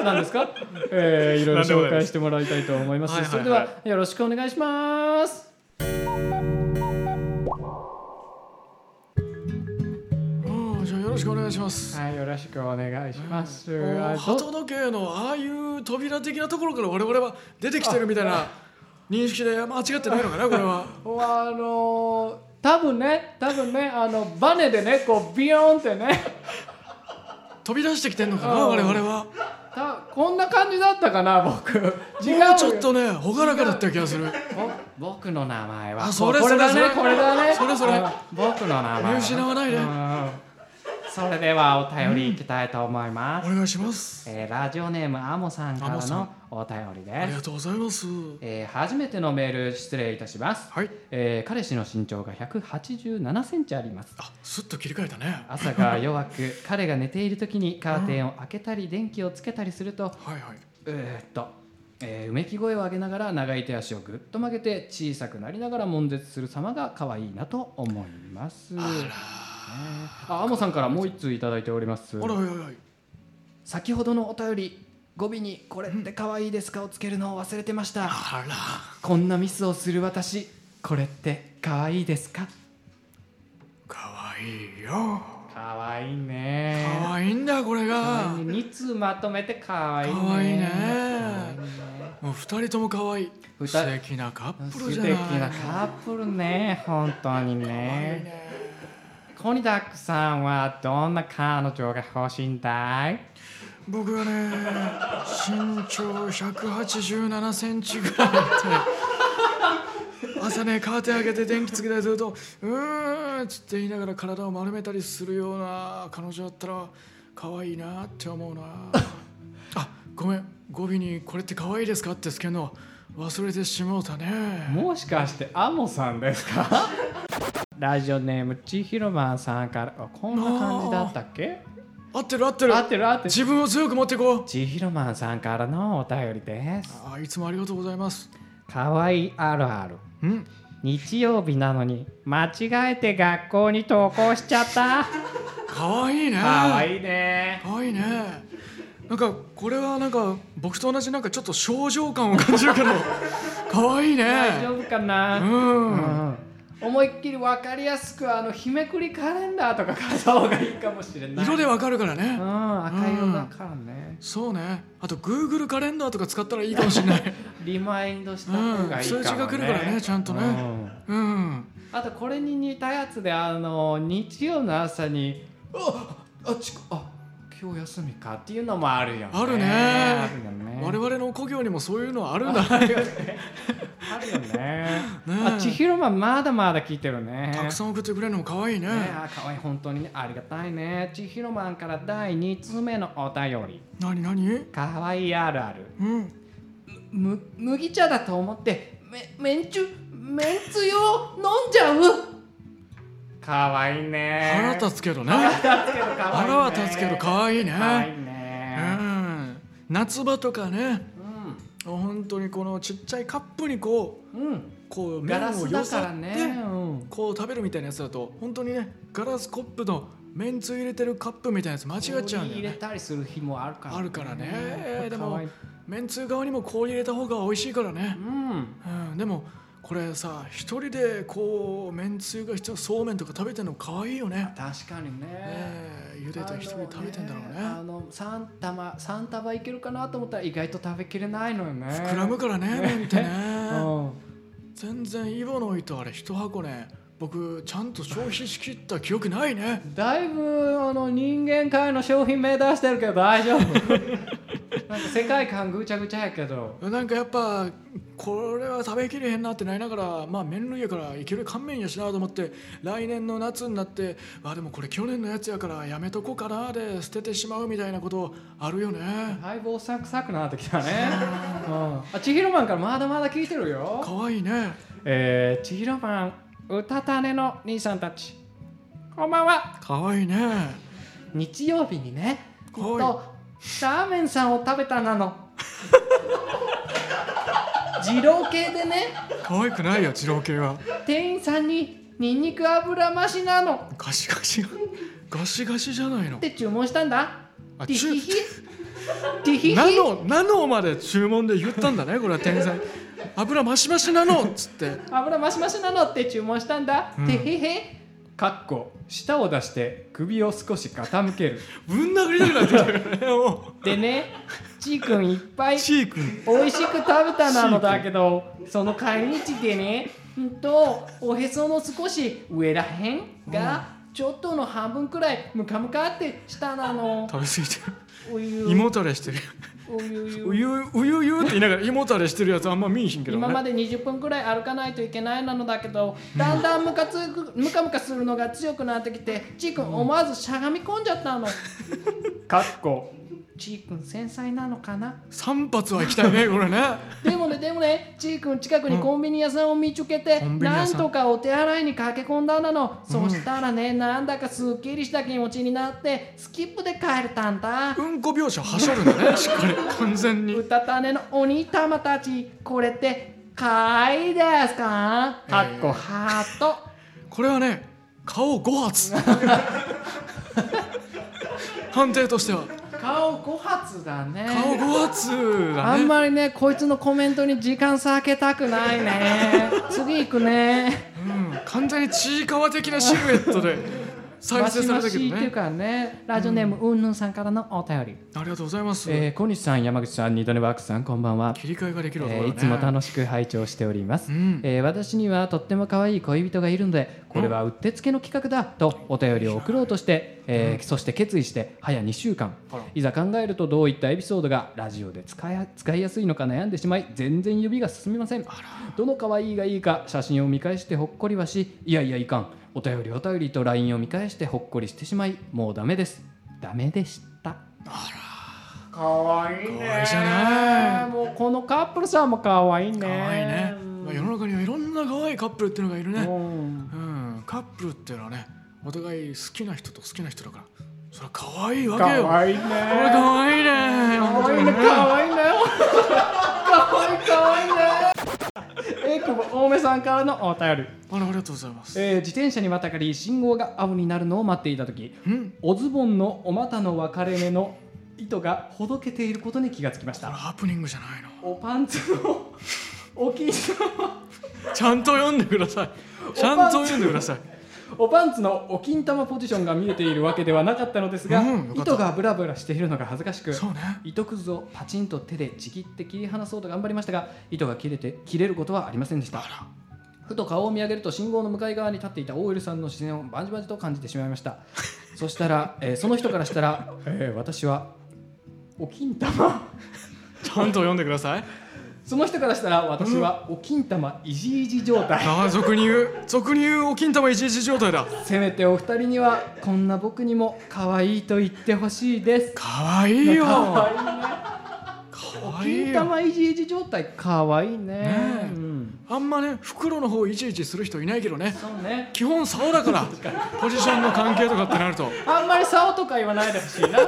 Speaker 1: なんですか、えー、いろいろ
Speaker 3: [LAUGHS] なんでもな
Speaker 1: 紹
Speaker 3: いです
Speaker 1: 介してもらいたいと思います
Speaker 3: はいはいはい
Speaker 1: それではよろしくお願いします
Speaker 3: うんじゃあよろしくお願いします、
Speaker 1: はいよろしくお願いします、
Speaker 3: もう
Speaker 1: あ
Speaker 3: 鳩時計のああいう扉的なところから我々は出てきてるみたいな認識で間違ってないのかなこれ
Speaker 1: [LAUGHS]
Speaker 3: は
Speaker 1: どあのー多分ね多分ねあのバネでねこうビヨーンってね
Speaker 3: 飛び出してきてんのかな
Speaker 1: あー
Speaker 3: 我々は
Speaker 1: たこんな感じだったかな僕違う
Speaker 3: も
Speaker 1: よ
Speaker 3: うちょっとね朗らかだった気がする
Speaker 1: ぼ僕の名前は
Speaker 3: あそれ
Speaker 1: これだ
Speaker 3: それ
Speaker 1: ね
Speaker 3: それ
Speaker 1: これだね
Speaker 3: それそれ
Speaker 1: あ僕の名前
Speaker 3: 見失わないで
Speaker 1: うんそれではお便りいきたいと思いま
Speaker 3: お
Speaker 1: す、
Speaker 3: 願いします
Speaker 1: えーラジオネームアモさんか
Speaker 3: アモ
Speaker 1: ら
Speaker 3: さ
Speaker 1: の
Speaker 3: ん
Speaker 1: お便り
Speaker 3: あ
Speaker 1: で
Speaker 3: りが
Speaker 1: す
Speaker 3: とうございます
Speaker 1: えー初めてのメール失礼いたします、
Speaker 3: はい
Speaker 1: えー彼氏の身長が187センチあります
Speaker 3: あすっと切り替えたねは
Speaker 1: 朝が弱く彼が寝ている時にカーテンを開けたり電気をつけたりすると
Speaker 3: いはい
Speaker 1: えーっと、えーうめき声を上げながら長い手足をぐっと曲げて小さくなりながら悶絶する様が可愛いなと思います。あ、アモさんからもう一通いただいております
Speaker 3: あ。らはいはいはい
Speaker 1: 先ほどのお便り、語尾にこれって可愛いですかをつけるのを忘れてました。
Speaker 3: あら
Speaker 1: こんなミスをする私、これって可愛いですか。
Speaker 3: かわいいよ
Speaker 1: 可愛いね
Speaker 3: かわいいんだこれが
Speaker 1: 可愛いね二通まとめて可愛いね。
Speaker 3: 可愛いね
Speaker 1: 可愛いね
Speaker 3: もう二人ともかわいい
Speaker 1: 二人
Speaker 3: 素敵なカップル
Speaker 1: 素
Speaker 3: じゃ
Speaker 1: 敵
Speaker 3: ない
Speaker 1: なカップルね、本当にね。コニダックさんはどんな彼女が欲しいんだい
Speaker 3: 僕はね [LAUGHS] 身長187センチぐらいあって朝ねカーテン開けて電気つけたりすると「うーん」っつって言いながら体を丸めたりするような彼女だったら可愛いなって思 [LAUGHS] うなあごめん語尾に「これって可愛いですか?」ってつけるの忘れてしもうたね
Speaker 1: もしかしてアモさんです
Speaker 3: [LAUGHS]
Speaker 1: かラジオネームちひろまんさんからあこんな感じだったっけ
Speaker 3: 合ってる合ってる
Speaker 1: 合ってる合ってる
Speaker 3: 自分を強く持っていこう
Speaker 1: ちひろまんさんからのお便りです
Speaker 3: あいつもありがとうございます
Speaker 1: かわいいあるある
Speaker 3: うん
Speaker 1: 日曜日なのに間違えて学校に登校しちゃった
Speaker 3: 可愛いね
Speaker 1: かわいいね
Speaker 3: 可愛いねなんかこれはなんか僕と同じなんかちょっと症状感を感じるけど [LAUGHS] 可愛い
Speaker 1: 大丈
Speaker 3: ね
Speaker 1: 夫か
Speaker 3: う
Speaker 1: な、
Speaker 3: ん
Speaker 1: 思いっきり分かりやすくあの日めくりカレンダーとか買った方がいいかもしれない
Speaker 3: 色でわかるから
Speaker 1: う
Speaker 3: ね
Speaker 1: ん、赤色だからね。
Speaker 3: そうねあと Google カレンダーとか使ったらいいかもしれない
Speaker 1: リマインドした方がいいかも、ね。
Speaker 3: うん数字が来るからねちゃんとね
Speaker 1: うん
Speaker 3: うん
Speaker 1: あとこれに似たやつであの日曜の朝に「ああちあ今日休みか」っていうのもあるよね
Speaker 3: あるね
Speaker 1: あるよね
Speaker 3: 我々の故郷にもそういうのはあるんだ
Speaker 1: あるよねあるよね
Speaker 3: [LAUGHS] ね
Speaker 1: あ千尋はまだまだ聞いてるね
Speaker 3: たくさん送ってくれるのも可愛いね
Speaker 1: ねあかわいい本当にねありがたいね千尋マンから第2通目のお便り
Speaker 3: 何何
Speaker 1: かわいいあるある
Speaker 3: うん
Speaker 1: む麦茶だと思ってめめんちゅめんつゆを飲んじゃうかわいいね
Speaker 3: 腹立つけどね
Speaker 1: 腹立つけどかわいいね
Speaker 3: 腹は立つけど可愛いね
Speaker 1: かわいいうね
Speaker 3: ん夏場とかね
Speaker 1: う
Speaker 3: 本当にこのちっちゃいカップにこうん
Speaker 1: うん
Speaker 3: こう
Speaker 1: ガ
Speaker 3: 麺
Speaker 1: ラ
Speaker 3: を
Speaker 1: ス
Speaker 3: 寄
Speaker 1: だ
Speaker 3: せ
Speaker 1: から
Speaker 3: て、
Speaker 1: ねうん
Speaker 3: こう食べるみたいなやつだと本当にねガラスコップのめんつゆ入れてるカップみたいなやつ間違っちゃうんだ
Speaker 1: 氷入
Speaker 3: よ
Speaker 1: れ
Speaker 3: ね
Speaker 1: たりする日もあるから
Speaker 3: あるからね
Speaker 1: これ
Speaker 3: で
Speaker 1: か
Speaker 3: も
Speaker 1: わいい
Speaker 3: めんつゆ側にも氷入れた方が美味しいからね
Speaker 1: う、ん
Speaker 3: うん、でもこれさ一人でこうめんつゆが必要そうめんとか食べてるの可愛いよね
Speaker 1: 確かにね
Speaker 3: ねえ茹でて一人で食べてんだろうね
Speaker 1: あの三玉三束いけるかなと思ったら意外と食べきれないのよね
Speaker 3: 膨らむからね麺ってね
Speaker 1: うん
Speaker 3: 全然イボの糸あれ一箱ね僕ちゃんと消費しきった記憶ないね
Speaker 1: だいぶあの人間界の商品名出してるけど大丈夫なんか世界観ぐちゃぐちゃやけど
Speaker 3: なんかやっぱこれは食べきれへんなってなりながらまあ麺類やからいける乾麺やしなと思って来年の夏になってあでもこれ去年のやつやからやめとこうかなで捨ててしまうみたいなことあるよね
Speaker 1: だいぶおっさん臭くなってきたね、うん、あ千尋マンからまだまだ聞いてるよ
Speaker 3: 可愛いね
Speaker 1: えー、千尋マンうたたねの兄さんたちこんばんは
Speaker 3: 可愛いね
Speaker 1: 日曜日にねきっ
Speaker 3: はい
Speaker 1: とラーメンさんを食べたなの二郎系でね
Speaker 3: 可愛くないよ二郎系は
Speaker 1: 店員さんにニンニク油増しなの
Speaker 3: ガシガシがガシガシじゃないの
Speaker 1: って注文したんだ
Speaker 3: あ
Speaker 1: ティ
Speaker 3: ちゅ
Speaker 1: ヒヒティヒヒ
Speaker 3: ナノナノまで注文で言ったんだねこれは天才油マシマシなのっつって
Speaker 1: 油マシマシなのって注文したんだ、
Speaker 3: ん
Speaker 1: テヒヒかっこ舌を出して首を少し傾ける
Speaker 3: ぶん殴りたくなってきたからねも
Speaker 1: で [LAUGHS] ねちーくんいっぱいう
Speaker 3: チー君
Speaker 1: 美味しく食べたなのだけどその帰り道でねうんとおへその少し上らへんが、ちょっとの半分くらいムカムカって舌なの
Speaker 3: 食べ過ぎてる
Speaker 1: おゆ
Speaker 3: 胃もたれしてる
Speaker 1: おゆゆ
Speaker 3: うゆううゆうゆうって言いながら胃もたれしてるやつあんま見えひんけど
Speaker 1: 今ま
Speaker 3: ね
Speaker 1: で20分くらい歩かないといけないなのだけどだんだんムカつくムカムカするのが強くなってきてちーくん思わずしゃがみ込んじゃったのかっこちーくん繊細なのかな
Speaker 3: 3発は行きたいね [LAUGHS] これね
Speaker 1: でもねでもねちーくん近くにコンビニ屋さんを見つけて、
Speaker 3: コンビニ
Speaker 1: な
Speaker 3: 屋
Speaker 1: ん
Speaker 3: さん
Speaker 1: とかお手洗いに駆け込んだなの、そしたらねなんだかすっきりした気持ちになってスキップで帰れたんだ
Speaker 3: うんこ描写はしょるん
Speaker 1: [LAUGHS]
Speaker 3: だねしっかり完全に
Speaker 1: うたたねのお兄たまたちこれってかいですか
Speaker 3: えー
Speaker 1: かっこハート
Speaker 3: これはね顔5発 [LAUGHS] 判定としては
Speaker 1: 顔5発だね
Speaker 3: 顔5発
Speaker 1: あ
Speaker 3: だ
Speaker 1: ん
Speaker 3: ね
Speaker 1: まりねこいつのコメントに時間避けたくない [LAUGHS] ね次行くね
Speaker 3: うん完全にちいかわ的なシルエットで再
Speaker 1: マ
Speaker 3: 生
Speaker 1: シ
Speaker 3: さ
Speaker 1: マ
Speaker 3: れたけ
Speaker 1: シ [LAUGHS]
Speaker 3: ど
Speaker 1: ってい
Speaker 3: ね
Speaker 1: うからねラジオネームうんぬんさんからのお便り
Speaker 3: ありがとうございます、
Speaker 1: えー、小西さん、山口さん、二度寝ワークスさん、こんばんは。
Speaker 3: 切り替えができ
Speaker 1: え
Speaker 3: る男だ
Speaker 1: ー
Speaker 3: ね、
Speaker 1: いつも楽しく拝聴しております、
Speaker 3: うん
Speaker 1: えー私にはとっても可愛い恋人がいるのでこれはうってつけの企画だとお便りを送ろうとして、えーそして決意して早2週間
Speaker 3: あら
Speaker 1: いざ考えるとどういったエピソードがラジオで使い使いやすいのか悩んでしまい全然指が進みませんどの可愛いがいいか写真を見返してほっこりはしいやいやいかんお便りお便りと LINE を見返してほっこりしてしまいもうダメですダメでしたかわいいね
Speaker 3: 可愛いじゃない
Speaker 1: もうこのカップルさんもかわいいね
Speaker 3: 可愛いね、まあ、世の中にはいろんな可愛いカップルっていうのがいるね、
Speaker 1: うん
Speaker 3: うん、カップルっていうのはねお互い好きな人と好きな人だからそれは可愛いわ
Speaker 1: か
Speaker 3: けよ
Speaker 1: わいいね
Speaker 3: これ可愛いね
Speaker 1: かわいいねかわいいねかわいいかわいいねえくぼ青梅さんからのお便り、
Speaker 3: あらありがとうございます
Speaker 1: えー自転車にまたがり信号が青になるのを待っていた時
Speaker 3: うん
Speaker 1: おズボンのお股の分かれ目の糸がほどけていることに気がつきまし
Speaker 3: これ
Speaker 1: た
Speaker 3: ハプニングじゃないの
Speaker 1: おパンツのお気に入りの
Speaker 3: ちゃんと読んでくださいちゃんと読んでください
Speaker 1: おパンツのお金玉ポジションが見えているわけではなかったのですが、
Speaker 3: うんよかった
Speaker 1: 糸がブラブラしているのが恥ずかしく
Speaker 3: そうね
Speaker 1: 糸くずをパチンと手でちぎって切り離そうと頑張りましたが糸が切れて切れることはありませんでしたふと顔を見上げると信号の向かい側に立っていた OL さんの視線をバンジバンジと感じてしまいましたそしたら、えーその人からしたら、えー私はお金玉
Speaker 3: ちゃんと読んでください
Speaker 1: その人からしたら私はお金玉いじいじ状態
Speaker 3: ああ俗に言う俗に言うお金玉いちいち状態だ
Speaker 1: せめてお二人にはこんな僕にも可愛いと言ってほしいです
Speaker 3: かわい [LAUGHS] いよ
Speaker 1: 可愛い
Speaker 3: か
Speaker 1: お
Speaker 3: わいい
Speaker 1: 金
Speaker 3: よ
Speaker 1: 玉いじいじ状態可愛いね
Speaker 3: ねえ
Speaker 1: うん、
Speaker 3: あんまね袋の方いちいちする人いないけどね
Speaker 1: そうね
Speaker 3: 基本竿だからポジションの関係とかってなると
Speaker 1: あんまり竿とか言わないでほしいな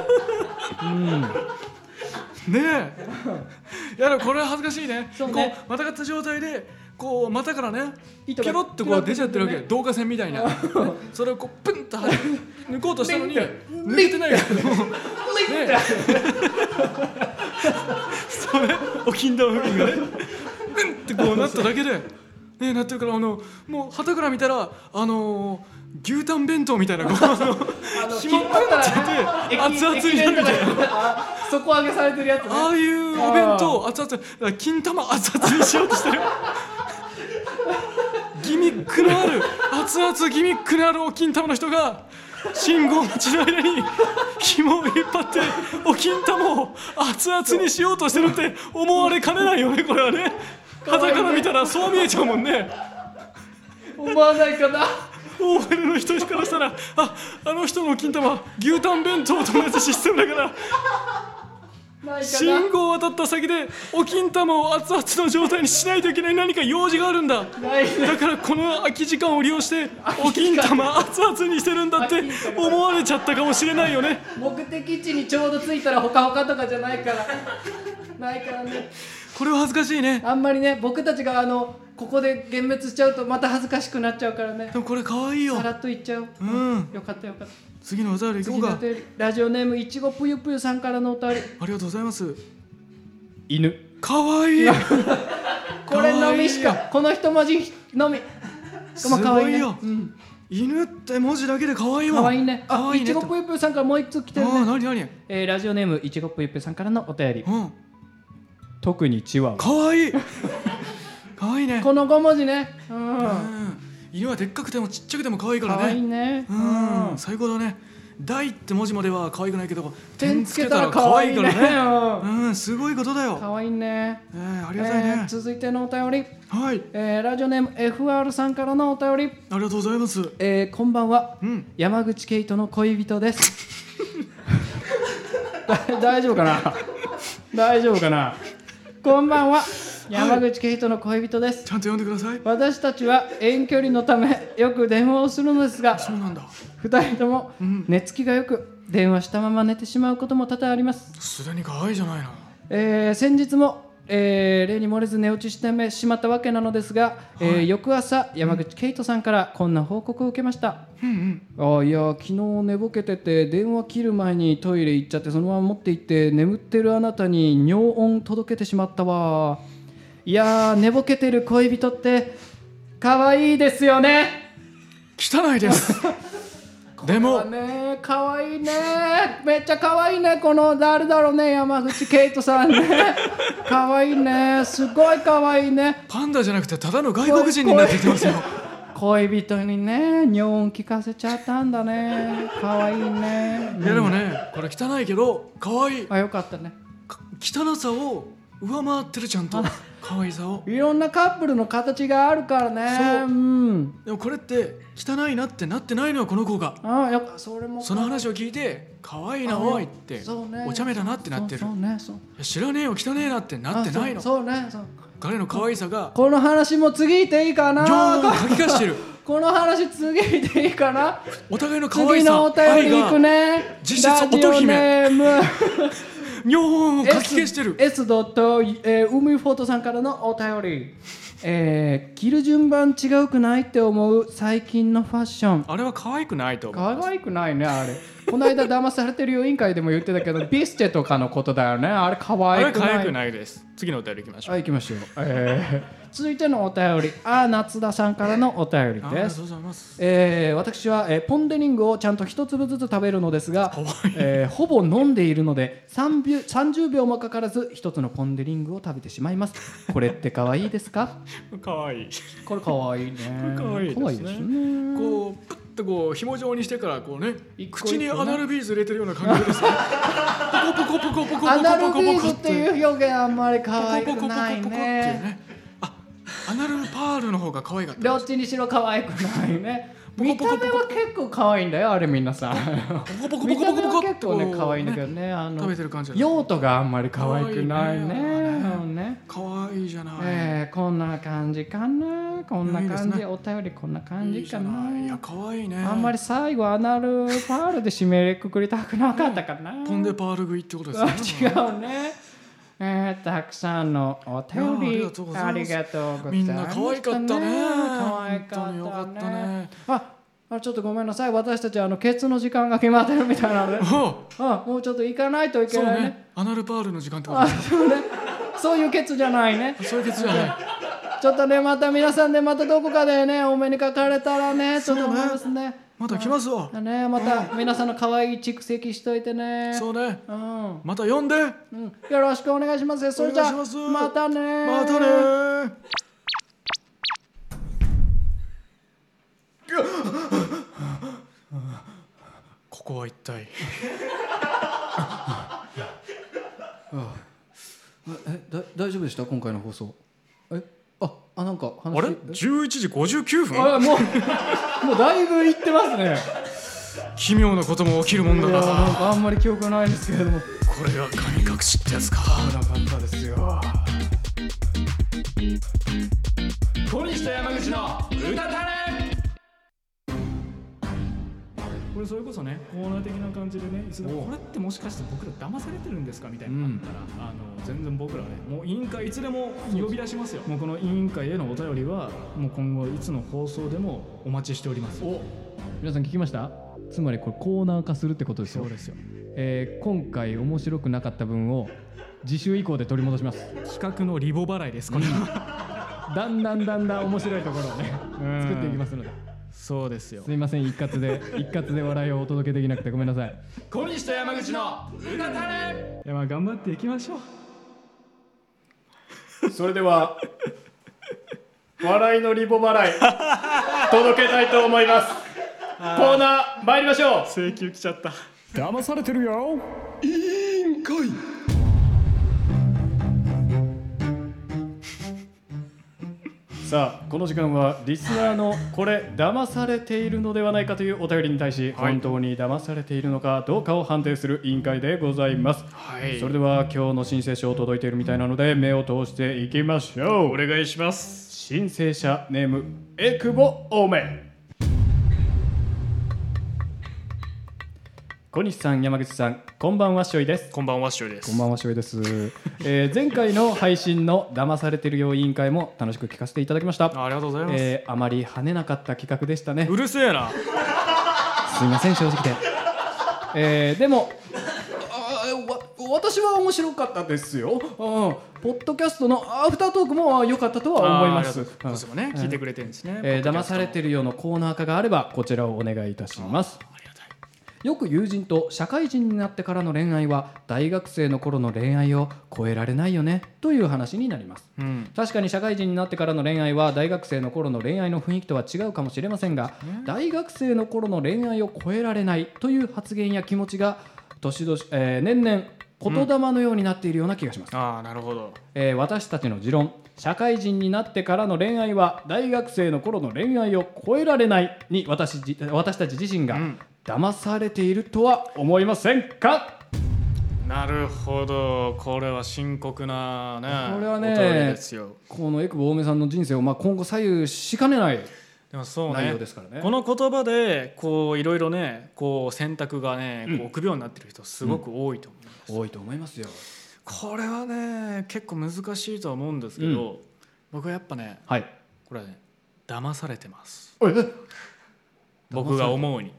Speaker 3: ねえいやでもこれは恥ずかしいね
Speaker 1: そうね
Speaker 3: こうまたがった状態でこう股からねピ
Speaker 1: 糸が
Speaker 3: ロッとこう出ちゃってるわけ
Speaker 1: ピ
Speaker 3: 導火線みたいなそれをこうプンとはじ抜こうとしたのに
Speaker 1: ピンっ
Speaker 3: 抜けてないよねそれお金玉付近がねプンってこうなっただけでねえなってるからあのもう旗から見たらあのー牛タン弁当みたいなこうあの
Speaker 1: あの
Speaker 3: 紐プンってやって
Speaker 1: 駅
Speaker 3: 熱々になるみたいな
Speaker 1: 駅伝とかであ底上げされてるやつね
Speaker 3: ああいうお弁当熱々だから金玉熱々にしようとしてるギミックのある熱々ギミックのあるお金玉の人が信号待ちの間に紐を引っ張ってお金玉を熱々にしようとしてるって思われかねないよねこれはね
Speaker 1: わいいね
Speaker 3: 肌から見たらそう見えちゃうもんね
Speaker 1: 思わないかな
Speaker 3: OL の人からしたらああの人のお金玉牛タン弁当と同じシステムだから
Speaker 1: ないか
Speaker 3: 信号を渡った先でお金玉を熱々の状態にしないといけない何か用事があるんだ
Speaker 1: なないね
Speaker 3: だからこの空き時間を利用してお金玉熱々にしてるんだって思われちゃったかもしれないよね
Speaker 1: 目的地にちょうど着いたらほかほかとかじゃないからないからね
Speaker 3: これは恥ずかしいね
Speaker 1: あんまりね僕たちがあのここで幻滅しちゃうとまた恥ずかしくなっちゃうからね
Speaker 3: でもこれかわいいよ
Speaker 1: さらっといっちゃおう
Speaker 3: うん
Speaker 1: よかったよかった
Speaker 3: 次のお便り行こ
Speaker 1: 次
Speaker 3: う
Speaker 1: のお
Speaker 3: か
Speaker 1: 便りラジオネームいちごぷゆぷゆさんからのお便り
Speaker 3: ありがとうございます
Speaker 1: 犬
Speaker 3: かわいい
Speaker 1: これのみし
Speaker 3: かわい
Speaker 1: かこの一文字のみ
Speaker 3: す
Speaker 1: まあ可
Speaker 3: ご
Speaker 1: 愛い
Speaker 3: い
Speaker 1: ね
Speaker 3: よ
Speaker 1: うん
Speaker 3: 犬って文字だけでかわいいわ
Speaker 1: かわいいね
Speaker 3: か
Speaker 1: あ
Speaker 3: わいい
Speaker 1: い
Speaker 3: ね
Speaker 1: ち
Speaker 3: と
Speaker 1: ごぷゆぷゆさんからもう一つ来て
Speaker 3: あ
Speaker 1: るね
Speaker 3: あ何何
Speaker 1: えーラジオネームいちごぷゆぷゆさんからのお便り
Speaker 3: うん
Speaker 1: 特にチワワ
Speaker 3: か
Speaker 1: [LAUGHS]
Speaker 3: わいいかわいいね
Speaker 1: この5文字ねう
Speaker 3: うんん犬はでっかくてもちっちゃくても可愛いか
Speaker 1: からわいい
Speaker 3: ね
Speaker 1: ね
Speaker 3: うん最高だね大って文字までは可愛くないけど
Speaker 1: 点つけたら可愛いね
Speaker 3: 点つけたら可愛いか
Speaker 1: う
Speaker 3: らねうんすごいことだ
Speaker 1: んか
Speaker 3: よ
Speaker 1: わいいね
Speaker 3: えーあり
Speaker 1: え
Speaker 3: がたいね
Speaker 1: ー続いてのお便り
Speaker 3: はいあり
Speaker 1: えーラジオネーム FR さんからのお便り
Speaker 3: がとうございます
Speaker 1: えーこんばんは
Speaker 3: うん
Speaker 1: 山口ケイトの恋人です [LAUGHS] だ大丈夫かな大丈夫かなこんばんは山口ケイトの恋人です
Speaker 3: ちゃんと読んでください
Speaker 1: 私たちは遠距離のためよく電話をするのですが
Speaker 3: そうなんだ
Speaker 1: 2人とも
Speaker 3: うん
Speaker 1: 寝つきがよく電話したまま寝てしまうことも多々あります、
Speaker 3: すでに可愛いじゃないな
Speaker 1: えー先日も、えー例に漏れず寝落ちしてしまったわけなのですが、えー翌朝山口ケイトさんからこんな報告を受けました、
Speaker 3: うんうん
Speaker 1: あーいやー昨日寝ぼけてて電話切る前にトイレ行っちゃってそのまま持って行って眠ってるあなたに尿音届けてしまったわいやー寝ぼけてる恋人って可愛いですよね
Speaker 3: 汚いです
Speaker 1: [LAUGHS]
Speaker 3: でも
Speaker 1: ね可愛いねめっちゃ可愛いねこの誰だろうね山口ケイトさ
Speaker 3: [LAUGHS]
Speaker 1: んね可愛いねすごい可愛いね
Speaker 3: パンダじゃなくてただの外国人になってきてますよ
Speaker 1: 恋人にね尿音聞かせちゃったんだね可愛いね
Speaker 3: いやでもねこれ汚いけど可愛い
Speaker 1: あよかったね
Speaker 3: か汚さを上回ってるちゃんと可愛さを
Speaker 1: いろんなカップルの形があるからね
Speaker 3: そうんでもこれって汚いなってなってないのはこの子が
Speaker 1: あよかそれも
Speaker 3: その話を聞いて可愛いなおいって
Speaker 1: そうね
Speaker 3: お茶目だなってなってる
Speaker 1: そうそうねそう
Speaker 3: いや知らねえよ汚ねえなってなってない
Speaker 1: あ
Speaker 3: の
Speaker 1: そうそうねそう
Speaker 3: 彼の可愛さが
Speaker 1: この話も次いていいかな
Speaker 3: 情報を書き出してる
Speaker 1: この話次いていいかな
Speaker 3: お互いの可愛
Speaker 1: 次
Speaker 3: さ
Speaker 1: のお便
Speaker 3: 愛
Speaker 1: り行
Speaker 3: が
Speaker 1: くね
Speaker 3: 実質
Speaker 1: ラジオ
Speaker 3: 乙姫
Speaker 1: ネ [LAUGHS] ーム
Speaker 3: 情報を書き消してる
Speaker 1: S. ドット、えー、ウミフォートさんからのお便り、えー、着る順番違うくないって思う最近のファッション
Speaker 3: あれは可愛くないと思う
Speaker 1: 可愛くないねあれこの間騙されてるよ委員会でも言ってたけどビスチェとかのことだよねあれ可
Speaker 3: あ
Speaker 1: 愛
Speaker 3: れは
Speaker 1: く
Speaker 3: 可
Speaker 1: ない
Speaker 3: 愛くないです次のお便り行きましょう
Speaker 1: はい行きましょう、え続いてのお便りあー夏田さんからのお便り
Speaker 2: あり
Speaker 1: で
Speaker 2: が
Speaker 1: す
Speaker 2: とうございます
Speaker 1: えー私は、えーポン・デ・リングをちゃんと一粒ずつ食べるのですが、えーほぼ飲んでいるので3秒30秒もかからず一つのポン・デ・リングを食べてしまいますこれって可愛いですか
Speaker 2: かわいい
Speaker 1: これ可愛いね
Speaker 2: 可愛いですね
Speaker 1: 可愛いですね
Speaker 2: こうプッとこう紐状にしてからこうね
Speaker 1: 一個一個ね
Speaker 2: 口にアナルビーズ入れてるような感じですねポコポコポコポコポコポコポコ
Speaker 1: アナルビーズって
Speaker 2: う
Speaker 1: いう表現あんまり可愛
Speaker 2: ポコポコポコポ
Speaker 1: くな
Speaker 2: コって
Speaker 1: い
Speaker 2: い
Speaker 1: うね
Speaker 2: ねあアナルパールの方が可愛かった
Speaker 1: どっちにしろ可愛くないね
Speaker 2: ポコ
Speaker 1: 見
Speaker 2: ポ
Speaker 1: た
Speaker 2: コポコ
Speaker 1: 目は結構可愛いんだよあれ皆さん
Speaker 2: ポコポコポ
Speaker 1: 見
Speaker 2: コ
Speaker 1: た
Speaker 2: ポ
Speaker 1: 目
Speaker 2: コポ
Speaker 1: は
Speaker 2: コ
Speaker 1: 結
Speaker 2: ってこ
Speaker 1: 構
Speaker 2: う
Speaker 1: ね可愛いんだけどねあの
Speaker 2: 食べてる感じだね
Speaker 1: 用途があんまり可愛くないね
Speaker 2: 可愛いね
Speaker 1: あのね
Speaker 2: 可愛いじゃない
Speaker 1: えーこんな感じかなこんない
Speaker 2: い
Speaker 1: 感
Speaker 2: で
Speaker 1: じ
Speaker 2: すね
Speaker 1: お便りこんない感
Speaker 2: い
Speaker 1: じ
Speaker 2: じ
Speaker 1: か
Speaker 2: ゃないい
Speaker 1: な
Speaker 2: や可愛いね
Speaker 1: あんまり最後アナルパールで締めくくりたくなかったかな
Speaker 2: ポンデパール食いってことです
Speaker 1: [LAUGHS] 違
Speaker 2: ね
Speaker 1: うね。えー、たくさんのお便
Speaker 2: い
Speaker 1: り
Speaker 2: やありがとうござい
Speaker 1: あ
Speaker 2: ます
Speaker 1: りがとうございます。
Speaker 2: みんな可愛かったね
Speaker 1: 可愛か
Speaker 2: 本当によか
Speaker 1: っ
Speaker 2: ったた
Speaker 1: ね
Speaker 2: ね。、
Speaker 1: あ、あちょっとごめんなさい。私たちあのケツの時間が決まってるみたいなので
Speaker 2: おう
Speaker 1: あ、もうちょっと行かないといけ
Speaker 2: そう
Speaker 1: ないね。
Speaker 2: ねアナルパールの時間ってこと
Speaker 1: あ、
Speaker 2: だね
Speaker 1: そうね。そういうケツじゃないね。
Speaker 2: そういうケツじゃない
Speaker 1: ちょっとねまた皆さんで、ね、またどこかでねお目にかかれたらねちょっと思いますね。
Speaker 2: また来ますわ
Speaker 1: だねまた皆さんの可愛い蓄積しといてね。
Speaker 2: そうね
Speaker 1: うん。
Speaker 2: また呼んで
Speaker 1: うんよろしくお願いします。それじゃあ
Speaker 2: お願いします
Speaker 1: またねー
Speaker 2: またねーここは一体
Speaker 1: えだ大丈夫でした今回の放送。えああなんか話
Speaker 2: あれ11時59分
Speaker 1: あもうもう [LAUGHS] だいぶいってますね。
Speaker 2: 奇妙なことも起きるもん
Speaker 1: い
Speaker 2: だ
Speaker 1: や
Speaker 2: な
Speaker 1: なんかあんまり記憶ないですけれども。
Speaker 2: これが神隠しってやつか
Speaker 1: なかったですよ。
Speaker 2: 小西と山口の歌たれこれそれこそねコーナー的な感じでねいつでも
Speaker 1: おう
Speaker 2: これってもしかして僕ら騙されてるんですかみたいなのがあったら、あの全然僕らねもう委員会いつでも呼び出しますよもうこの委員会へのお便りはもう今後いつの放送でもお待ちしておりますお
Speaker 1: 皆さん聞きましたつまりこれコーナー化するってことですよ
Speaker 2: そう。ですよ
Speaker 1: えー今回面白くなかった分を次週以降で取り戻します。
Speaker 2: 企画のリボ払いですこれは
Speaker 1: だんだんだんだん面白いところをね
Speaker 2: うん
Speaker 1: 作っていきますので。
Speaker 2: そうですよ
Speaker 1: すいません一括で一括で笑いをお届けできなくてごめんなさい。
Speaker 2: 小西と山口の歌たれいやまあ頑張っていきましょう
Speaker 1: それでは笑いのリボ払い届けたいと思いますコーナー参りましょう
Speaker 2: 請求来ちゃった
Speaker 3: 騙されてるよ
Speaker 1: さあこの時間はリスナーのこれ騙されているのではないかというお便りに対し、
Speaker 2: はい
Speaker 1: 本当に騙されているのかどうかを判定する委員会でございます、
Speaker 2: はい
Speaker 1: それでは今日の申請書届いているみたいなので目を通していきましょう
Speaker 2: お願いします
Speaker 1: 申請者ネームえくぼおめ小西さん山口さんこんばんはしおいです
Speaker 2: こんばんは、しゅうです。
Speaker 1: こんばんはしおいです、えー前回の配信の騙されてるよ委員会も楽しく聞かせていただきました
Speaker 2: あありがとうございます。
Speaker 1: えーあまり跳ねなかった企画でしたね
Speaker 2: うるせえな。
Speaker 1: すいません正直で、えーでもあわ私は面白かったですよ、うん、ポッドキャストのアフタートークもあ良かったとは思います
Speaker 2: あーありがとうございますもね、
Speaker 1: うん
Speaker 2: 聞いてくれてるんですね。
Speaker 1: えー騙され
Speaker 2: る。
Speaker 1: てるようなコーナー化があればこちらをお願いいたします
Speaker 2: ありがたい。
Speaker 1: よく友人と社会人になってからの恋愛は大学生の頃の恋愛を超えられないよねという話になります
Speaker 2: うん。
Speaker 1: 確かに社会人になってからの恋愛は大学生の頃の恋愛の雰囲気とは違うかもしれませんが大学生の頃の恋愛を超えられないという発言や気持ちが年々、えー年々言霊のようになっているような気がします、
Speaker 2: ああ、なるほど。
Speaker 1: えー私たちの持論社会人になってからの恋愛は大学生の頃の恋愛を超えられないに私じ私たち自身が
Speaker 2: うん
Speaker 1: 騙されているとは思いませんか、
Speaker 2: なるほど。これは深刻なね。
Speaker 1: これはね
Speaker 2: お便りですよ。
Speaker 1: このエクボ大梅さんの人生をまあ今後左右しかねない
Speaker 2: でもそうね。
Speaker 1: 内容ですからね
Speaker 2: この言葉でこういろいろねこう選択がねこう臆病になってる人すごく多いと思います、
Speaker 1: 多いと思いますよ
Speaker 2: これはね結構難しいとは思うんですけど、僕はやっぱね
Speaker 1: はい
Speaker 2: これはね騙されてます
Speaker 1: え
Speaker 2: 僕が思うに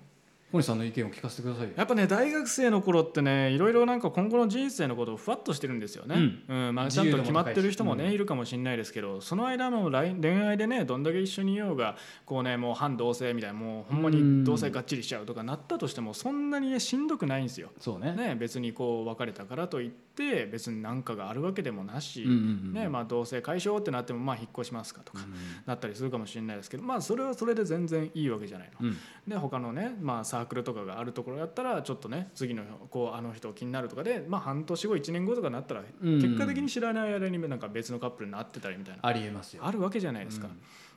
Speaker 1: 小西さんの意見を聞かせてくださいよ
Speaker 2: やっぱね大学生の頃ってねいろいろなんか今後の人生のことをふわっとしてるんですよね、うんまあ、ちゃんと決まってる人もね、
Speaker 1: 自由度も高いしうん
Speaker 2: いるかもしれないですけどその間の来恋愛でねどんだけ一緒にいようがこうねもう反同性みたいなもうほんま
Speaker 1: うん
Speaker 2: に同性がっちりしちゃうとかなったとしてもそんなにねしんどくないんですよ。
Speaker 1: そうね
Speaker 2: ね、別にこう別れたからといって別に何かがあるわけでもなし、
Speaker 1: うんうんうん
Speaker 2: ねまあ、同性解消ってなってもまあ引っ越しますかとか、
Speaker 1: う
Speaker 2: なったりするかもしれないですけど、まあ、それはそれで全然いいわけじゃないの。
Speaker 1: んうん
Speaker 2: で他のね、まあ、サークルとかがあるところだったらちょっとね次のこうあの人気になるとかで、まあ、半年後1年後とかになったら
Speaker 1: うん
Speaker 2: 結果的に知らない間になんか別のカップルになってたりみたいな、
Speaker 1: ありえますよ
Speaker 2: あるわけじゃないですか,、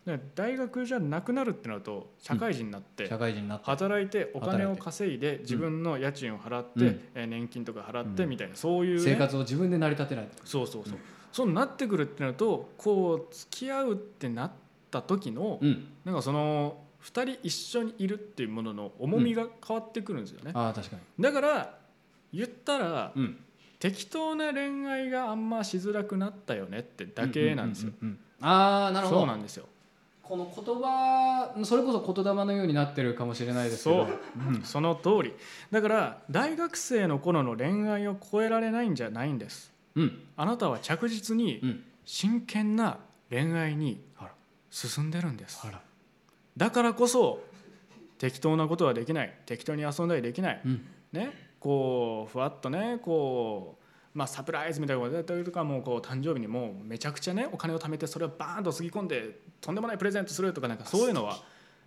Speaker 2: で大学じゃなくなるってなると社会人になって、
Speaker 1: 社会人になって
Speaker 2: 働いてお金を
Speaker 1: 働いて
Speaker 2: 稼いで自分の家賃を払って、
Speaker 1: うん
Speaker 2: えー年金とか払っ
Speaker 1: う
Speaker 2: て
Speaker 1: ん
Speaker 2: みたいな、そういう、ね、
Speaker 1: 生活を自分で成り立てないと
Speaker 2: そうそうそう、そうなってくるってなるとこう付き合うってなった時の、
Speaker 1: うん
Speaker 2: なんかその2人一緒にいるっていうものの重みが変わってくるんですよね、
Speaker 1: ああ確かに
Speaker 2: だから言ったら、
Speaker 1: うん
Speaker 2: 適当な恋愛があんましづらくなったよねってだけなんですよ、
Speaker 1: ううううんああなるほど
Speaker 2: そうなんですよ
Speaker 1: この言葉それこそ言霊のようになってるかもしれないですけ
Speaker 2: そ
Speaker 1: ど
Speaker 2: う、その通りだから大学生の頃の恋愛を超えられないんじゃないんです
Speaker 1: うん
Speaker 2: あなたは着実に
Speaker 1: うん
Speaker 2: 真剣な恋愛に
Speaker 1: あら
Speaker 2: 進んでるんです
Speaker 1: あら
Speaker 2: だからこそ適当なことはできない適当に遊んだりできない
Speaker 1: うん
Speaker 2: ね、こうふわっとねこう、まあ、サプライズみたいなことだったりとかもうこう誕生日にもうめちゃくちゃねお金を貯めてそれをバーンとつぎ込んでとんでもないプレゼントするとかなんかそういうのは。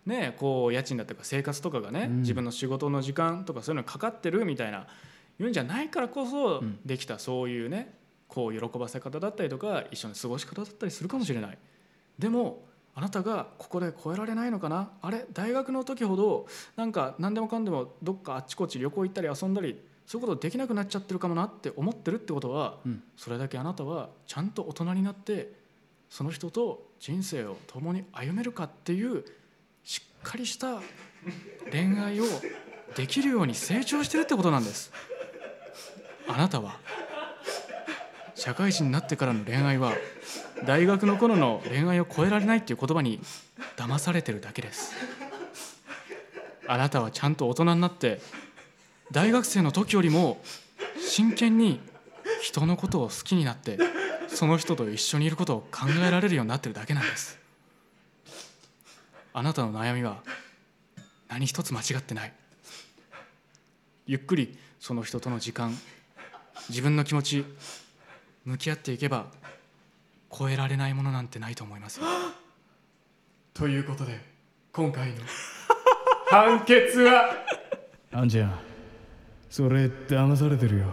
Speaker 2: ね、こう家賃だったりとか生活とかがね、
Speaker 1: うん
Speaker 2: 自分の仕事の時間とかそういうのにかかってるみたいないうんじゃないからこそ
Speaker 1: うん
Speaker 2: できたそういうねこう喜ばせ方だったりとか一緒の過ごし方だったりするかもしれないでもあなたがここで超えられないのかなあれ大学の時ほどなんか何でもかんでもどっかあっちこっち旅行行ったり遊んだりそういうことできなくなっちゃってるかもなって思ってるってことは、
Speaker 1: うん
Speaker 2: それだけあなたはちゃんと大人になってその人と人生を共に歩めるかっていうしっかりした恋愛をできるように成長してるってことなんですあなたは社会人になってからの恋愛は大学の頃の恋愛を超えられないっていう言葉に騙されてるだけですあなたはちゃんと大人になって大学生の時よりも真剣に人のことを好きになってその人と一緒にいることを考えられるようになってるだけなんですあなたの悩みは何一つ間違ってないゆっくりその人との時間自分の気持ち向き合っていけば超えられないものなんてないと思いますよ
Speaker 1: ということで今回の判決は
Speaker 7: あんちゃんそれ騙されてるよ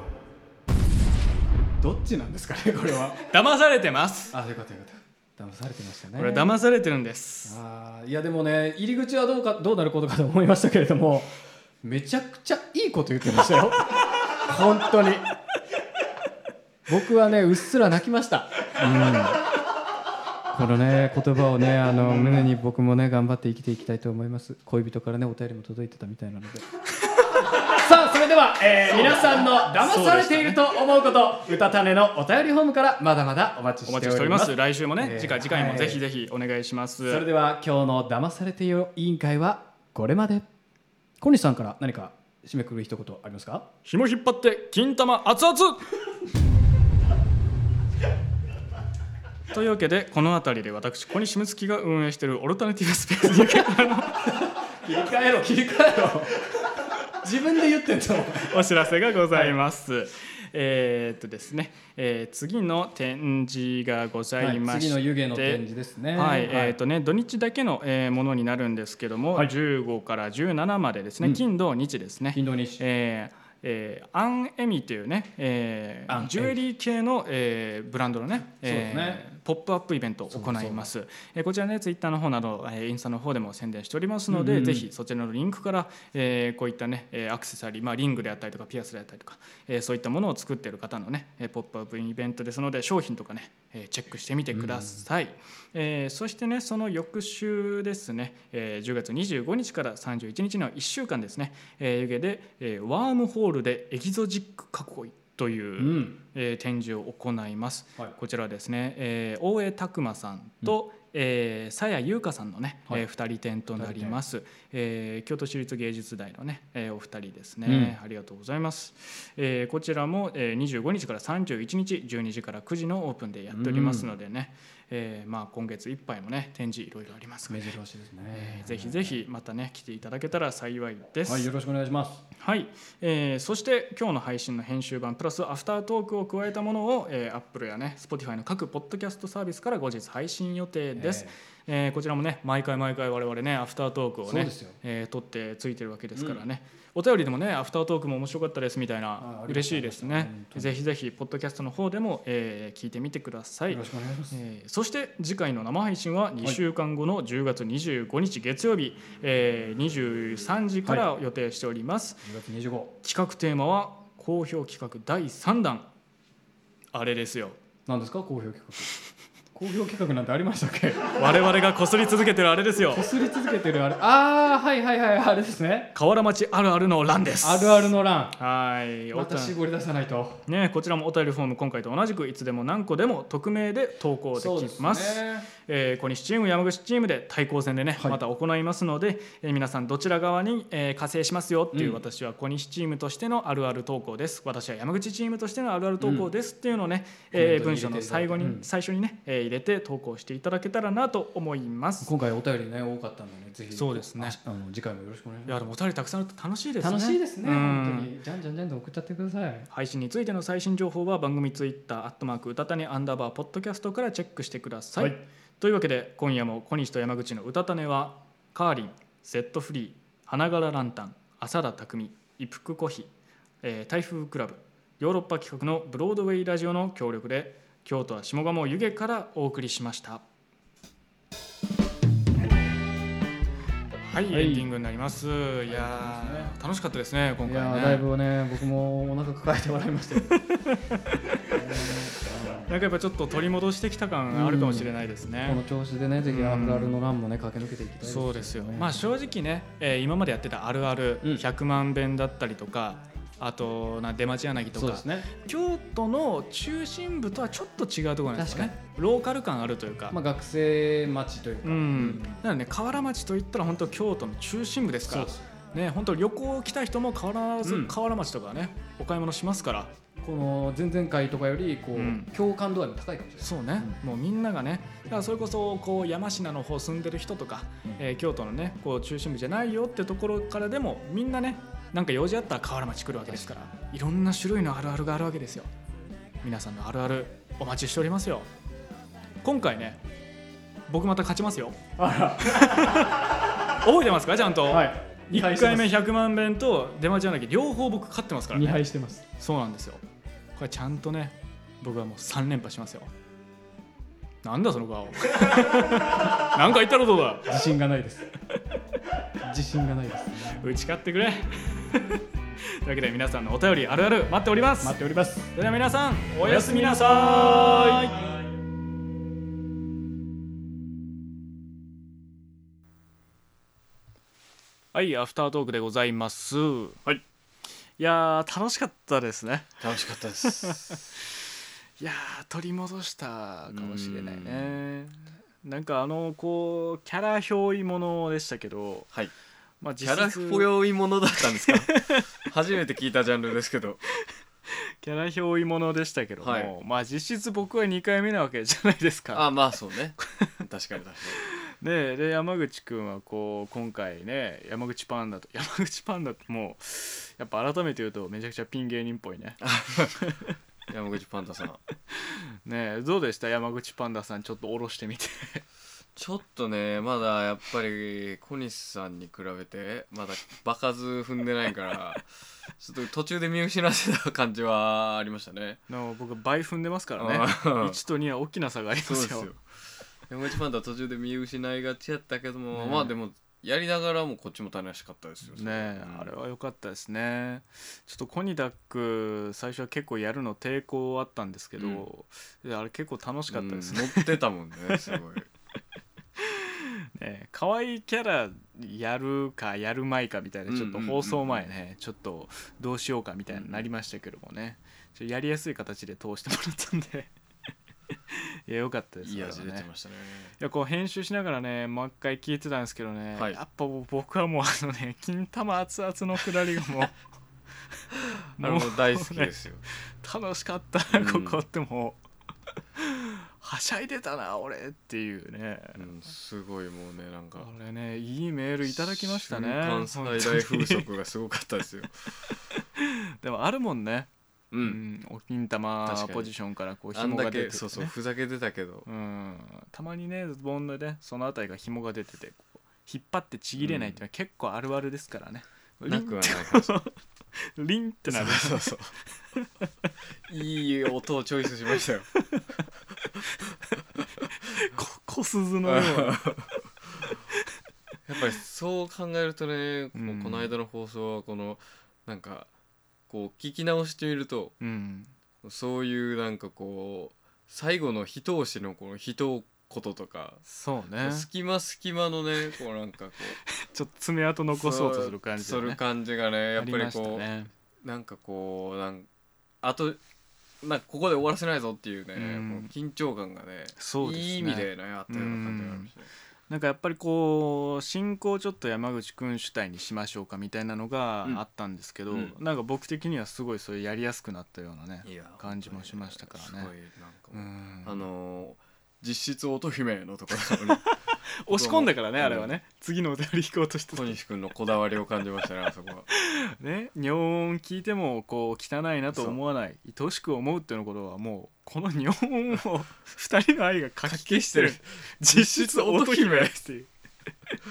Speaker 1: どっちなんですかねこれ
Speaker 2: [LAUGHS]
Speaker 1: は
Speaker 2: 騙されてます
Speaker 1: あよかったよかった騙されてましたね
Speaker 2: これ騙されてるんです
Speaker 1: あーいやでもね入り口はどうかどうなることかと思いましたけれどもめちゃくちゃいいこと言ってま [LAUGHS] したよ本当に僕はねうっすら泣きました、うん、このね言葉をねあの胸に僕もね頑張って生きていきたいと思います恋人からねお便りも届いてたみたいなので [LAUGHS] さあそれでは、えー皆さんの騙されていると思うことうたたねのお便りホームからまだまだお待ち
Speaker 2: お
Speaker 1: して
Speaker 2: 待ちし
Speaker 1: お
Speaker 2: てお
Speaker 1: り
Speaker 2: り
Speaker 1: ま
Speaker 2: ますす来週もね、
Speaker 1: えー
Speaker 2: 次回次回
Speaker 1: は
Speaker 2: も
Speaker 1: い
Speaker 2: ぜひぜひお願いします、
Speaker 1: それでは今日の騙されてよ委員会はこれまで小西さんから何か締めくくる一言ありますか
Speaker 2: 紐引っ張って金玉熱々というわけでこの辺りで私小西睦月が運営しているオルタナティブスペース
Speaker 1: 切り替えろ切り替えろ [LAUGHS] 自分で言ってんの
Speaker 2: [LAUGHS] お知らせがございます。えーっとですね、えー次の展示がございまして、
Speaker 1: 次の湯気の展示ですね
Speaker 2: はい、えーっとね、土日だけの、えーものになるんですけども、
Speaker 1: はい
Speaker 2: 15から17までですね、
Speaker 1: うん
Speaker 2: 金土日ですね。
Speaker 1: 金土日
Speaker 2: えーえーアンエミというね、えー
Speaker 1: アンエミ
Speaker 2: ジュエリー系の、えーブランドのね
Speaker 1: そうですね
Speaker 2: えーポップアップイベントを行いますえーこちらねツイッターの方など、えーインスタの方でも宣伝しておりますので、
Speaker 1: うんうんうん
Speaker 2: ぜひそちらのリンクから、えーこういったねえーアクセサリー、まあ、リングであったりとかピアスであったりとか、えーそういったものを作っている方のねえーポップアップイベントですので商品とかねえーチェックしてみてください、えーそしてねその翌週ですね、えー10月25日から31日の1週間ですね、えー湯気で、えーワームホールでエキゾチック囲いという、
Speaker 1: うん
Speaker 2: えー展示を行います、
Speaker 1: はい
Speaker 2: こちらですね、えー大江拓磨さんと、えー、鞘優香さんのね、
Speaker 1: はい
Speaker 2: えー二人展となります、えー京都市立芸術大のね、えーお二人ですね、ありがとうございます、えーこちらも、えー、25日から31日12時から9時のオープンでやっておりますのでね、えーまあ、今月いっぱいもね展示いろいろありますから
Speaker 1: 目白押しです
Speaker 2: え
Speaker 1: ね
Speaker 2: ーぜひぜひまたね来ていただけたら幸いです。
Speaker 1: はいよろしくお願いします
Speaker 2: はい、えーそして今日の配信の編集版プラスアフタートークを加えたものを、えー、Apple やね Spotify の各ポッドキャストサービスから後日配信予定です、えーこちらもね毎回毎回我々ねアフタートークを
Speaker 1: そう
Speaker 2: ね
Speaker 1: ですよ
Speaker 2: えー撮ってついてるわけですからね、お便りでもねアフタートークも面白かったですみたい
Speaker 1: あ
Speaker 2: な
Speaker 1: ありがとうございました
Speaker 2: 嬉しいですね
Speaker 1: 本当に
Speaker 2: ぜひぜひポッドキャストの方でも、えー聞いてみてください
Speaker 1: よろしくお願いします
Speaker 2: えーそして次回の生配信は2週間後の10月25日月曜日、えー23時から予定しております、
Speaker 1: 10月25
Speaker 2: 企画テーマは好評企画第3弾あれですよ
Speaker 1: 何ですか好評企画好評企画なんてありましたっ
Speaker 2: [LAUGHS]
Speaker 1: け
Speaker 2: 我々がこすり続けてるあれですよ
Speaker 1: 擦り続けてるあれああはいはいはいあれですね
Speaker 2: 河原町あるあるの欄です
Speaker 1: あるあるの欄
Speaker 2: はいお
Speaker 1: また
Speaker 2: 便り
Speaker 1: 絞り出さないと
Speaker 2: ね、こちらもお便りフォーム今回と同じくいつでも何個でも匿名で投稿できます
Speaker 1: ね
Speaker 2: えー小西チーム山口チームで対抗戦でね、
Speaker 1: はい
Speaker 2: また行いますので、えー皆さんどちら側に、えー加勢しますよっていう、
Speaker 1: うん
Speaker 2: 私は小西チームとしてのあるある投稿です私は山口チームとしてのあるある投稿ですっていうのをね、
Speaker 1: コメ
Speaker 2: え
Speaker 1: ン
Speaker 2: ー
Speaker 1: トに入れ
Speaker 2: 文
Speaker 1: て
Speaker 2: 章の最後に、
Speaker 1: うん
Speaker 2: 最初にね、えー入れて投稿していただけたらなと思います。
Speaker 1: 今回お便りね多かったんでねぜひ
Speaker 2: そうですね
Speaker 1: ああの次回もよろしくお願いし
Speaker 2: いや
Speaker 1: ま
Speaker 2: でもお便りたくさんあると楽しいですすね。
Speaker 1: 楽しいですね
Speaker 2: うん
Speaker 1: 本当にじゃんじゃんじゃんと送っちゃってください
Speaker 2: 配信についての最新情報は番組ツイッターアットマーク歌たねアンダーバーポッドキャストからチェックしてください。
Speaker 1: はい
Speaker 2: というわけで今夜も小西と山口の歌たねはカーリン、セットフリー、花柄ランタン、浅田匠、一服コヒ、えー台風クラブ、ヨーロッパ企画のブロードウェイラジオの協力で京都は下鴨湯気からお送りしました。は
Speaker 1: は
Speaker 2: い、
Speaker 1: い
Speaker 2: エンディングになります。いやー、楽しかったですね、今
Speaker 1: いや
Speaker 2: 回ね。
Speaker 1: ーライブをね僕もお腹抱えて笑いましたよ
Speaker 2: なんかやっぱちょっと取り戻してきた感あるかもしれないで
Speaker 1: [LAUGHS]
Speaker 2: す
Speaker 1: この
Speaker 2: ね。
Speaker 1: 調子でねぜひ
Speaker 2: うん
Speaker 1: あるあるの欄もね駆け抜けていきたいです
Speaker 2: そうですよ。まあ正直ね、えー今までやってたあるある
Speaker 1: うん
Speaker 2: 100万遍だったりとか、あとな出町柳と
Speaker 1: そうで
Speaker 2: か、
Speaker 1: すね
Speaker 2: 京都の中心部とはちょっと違うところなんですよね。ローカル感あるというか。
Speaker 1: まあ学生町というか
Speaker 2: うん、なので、ね、河原町といったら本当京都の中心部ですからね本当旅行来た人も河原,、
Speaker 1: うん
Speaker 2: 河原町とかねお買い物しますから
Speaker 1: この前々回とかよりこ
Speaker 2: うん
Speaker 1: う共感度合いも高いかもしれない
Speaker 2: そうね、もうみんながねだからそれこそこう山科の方住んでる人とか、
Speaker 1: うん
Speaker 2: えー京都のねこう中心部じゃないよってところからでもみんなねなんか用事あったら河原町来るわけですからいろんな種類のあるあるがあるわけですよ皆さんのあるあるお待ちしておりますよ今回ね僕また勝ちますよ覚えてますかちゃんと、
Speaker 1: はい
Speaker 2: 1回目100万遍と出待ち柳両方僕勝ってますから
Speaker 1: 2
Speaker 2: ね
Speaker 1: 敗してます
Speaker 2: そうなんですよこれちゃんとね僕はもう3連覇しますよなんだその顔 [LAUGHS] なんか言ったらどうだ
Speaker 1: 自信がないです [LAUGHS] 自信がないです
Speaker 2: 打ち勝ってくれ [LAUGHS] というわけで皆さんのお便りあるある待っております
Speaker 1: 待っております
Speaker 2: それでは皆さんおやすみなさいはいアフタートークでございますはいいやー楽しかったですね
Speaker 8: 楽しかったです。
Speaker 2: いやー取り戻したかもしれないねなんかあのこうキャラ憑依ものでしたけど、
Speaker 8: はい
Speaker 2: まあ、
Speaker 8: キ
Speaker 2: 実
Speaker 8: ャラ
Speaker 2: 質
Speaker 8: 不用意ものだったんです [LAUGHS] か初めて聞いたジャンルですけど。
Speaker 2: キャラ憑依ものでしたけども、
Speaker 8: はい
Speaker 2: まあ実質僕は2回目なわけじゃないですか。
Speaker 8: あまあそうね。 [LAUGHS] 確かに確かに。
Speaker 2: ね、で山口くんはこう今回ね山口パンダと [LAUGHS] 山口パンダってもうやっぱ改めて言うとめちゃくちゃピン芸人っぽいね。
Speaker 8: 山口パンダさん。
Speaker 2: ねどうでした山口パンダさんちょっと下ろしてみ [LAUGHS] て。
Speaker 8: ちょっとねまだやっぱり小西さんに比べてまだ場数踏んでないからちょっと途中で見失ってた感じはありましたね。
Speaker 2: の僕倍踏んでますからね
Speaker 8: あー
Speaker 2: 1と2は大きな差があり
Speaker 8: そ
Speaker 2: ま
Speaker 8: うですす
Speaker 2: よ
Speaker 8: よ。山口パンダ途中で見失いがちやったけども、
Speaker 2: ね
Speaker 8: まあでもやりながらもこっちも楽しかったですよ。
Speaker 2: ね
Speaker 8: うん
Speaker 2: あれは良かったですねちょっとコニダック最初は結構やるの抵抗あったんですけど、であれ結構楽しかったですね
Speaker 8: うん乗ってたもんね
Speaker 2: [LAUGHS]
Speaker 8: すごい。
Speaker 2: ね可愛いキャラやるかやるまいかみたいなちょっと
Speaker 8: うんうんうんうん
Speaker 2: 放送前ねちょっとどうしようかみたいになりましたけどもねちょっとやりやすい形で通してもらったんでいやよかったです
Speaker 8: いい
Speaker 2: それは
Speaker 8: 味出て
Speaker 2: ね
Speaker 8: ましたね
Speaker 2: いやこう編集しながらねもう一回聞いてたんですけどね、
Speaker 8: はい
Speaker 2: やっぱもう僕はもうあのね [LAUGHS] 金玉熱々のくだりがも
Speaker 8: [LAUGHS]
Speaker 2: う
Speaker 8: あれも大好きですすよ
Speaker 2: 楽しかった
Speaker 8: うん
Speaker 2: なここってもうはしゃいでたな俺っていうね、
Speaker 8: うんすごいもうねなんか
Speaker 2: これねいいメールいただきましたね
Speaker 8: 瞬間最大風
Speaker 2: 本当
Speaker 8: 速がすごかったですよ
Speaker 2: にでもあるもんね、
Speaker 8: う
Speaker 2: うんお金玉
Speaker 8: 確かに
Speaker 2: ポジションからこう
Speaker 8: あん
Speaker 2: 紐が
Speaker 8: だ
Speaker 2: 出てて、
Speaker 8: け
Speaker 2: ね、
Speaker 8: そうそうふざけてたけど
Speaker 2: うん、たまにねズボンでねそのあたりが紐が出ててこう引っ張ってちぎれないっていうのは結構あるあるですからね、
Speaker 8: なくはないかもしれ
Speaker 2: リンってな
Speaker 8: ない
Speaker 2: る
Speaker 8: そうそう [LAUGHS] そういい音をチョイスしましたよ
Speaker 2: こ小鈴の
Speaker 8: や
Speaker 2: よ
Speaker 8: っ
Speaker 2: うな
Speaker 8: ぱりそう考えるとねこう
Speaker 2: うん
Speaker 8: この間の放送はこのなんかこう聞き直してみると
Speaker 2: うん
Speaker 8: そういうなんかこう最後の一押しのこの一言とか
Speaker 2: そうね
Speaker 8: 隙間隙間のねこうなんかこ
Speaker 2: ちょっと爪痕 [LAUGHS]
Speaker 8: う
Speaker 2: 残そうとする感じだ
Speaker 8: そうす
Speaker 2: ね
Speaker 8: る感じがねやっぱ
Speaker 2: あ
Speaker 8: り
Speaker 2: ました
Speaker 8: こう
Speaker 2: ね
Speaker 8: なんかこうなんあとなんかここで終わらせないぞっていうね、
Speaker 2: うん
Speaker 8: この緊張感がね
Speaker 2: そうですね
Speaker 8: いい意味でねあったような感じがあるしね、
Speaker 2: なんかやっぱりこう進行ちょっと山口君主体にしましょうかみたいなのが
Speaker 8: うん
Speaker 2: あったんですけど、
Speaker 8: うん
Speaker 2: なんか僕的にはすごいそれやりやすくなったようなね
Speaker 8: いや
Speaker 2: 感じもしましたからね
Speaker 8: すごいなんか
Speaker 2: う
Speaker 8: もう、
Speaker 2: ん
Speaker 8: あのー実質乙姫のところなのに
Speaker 2: [LAUGHS] 押し込んだからね
Speaker 8: うん
Speaker 2: あれはね、次のお便り引こうとしてた
Speaker 8: 小西君のこだわりを感じましたねあそこは
Speaker 2: ね尿音聞いてもこう汚いなと思わない愛しく思うっていうのことはもうこの尿音を二人の愛がかき消してる
Speaker 8: かき
Speaker 2: 実質乙姫っていう [LAUGHS]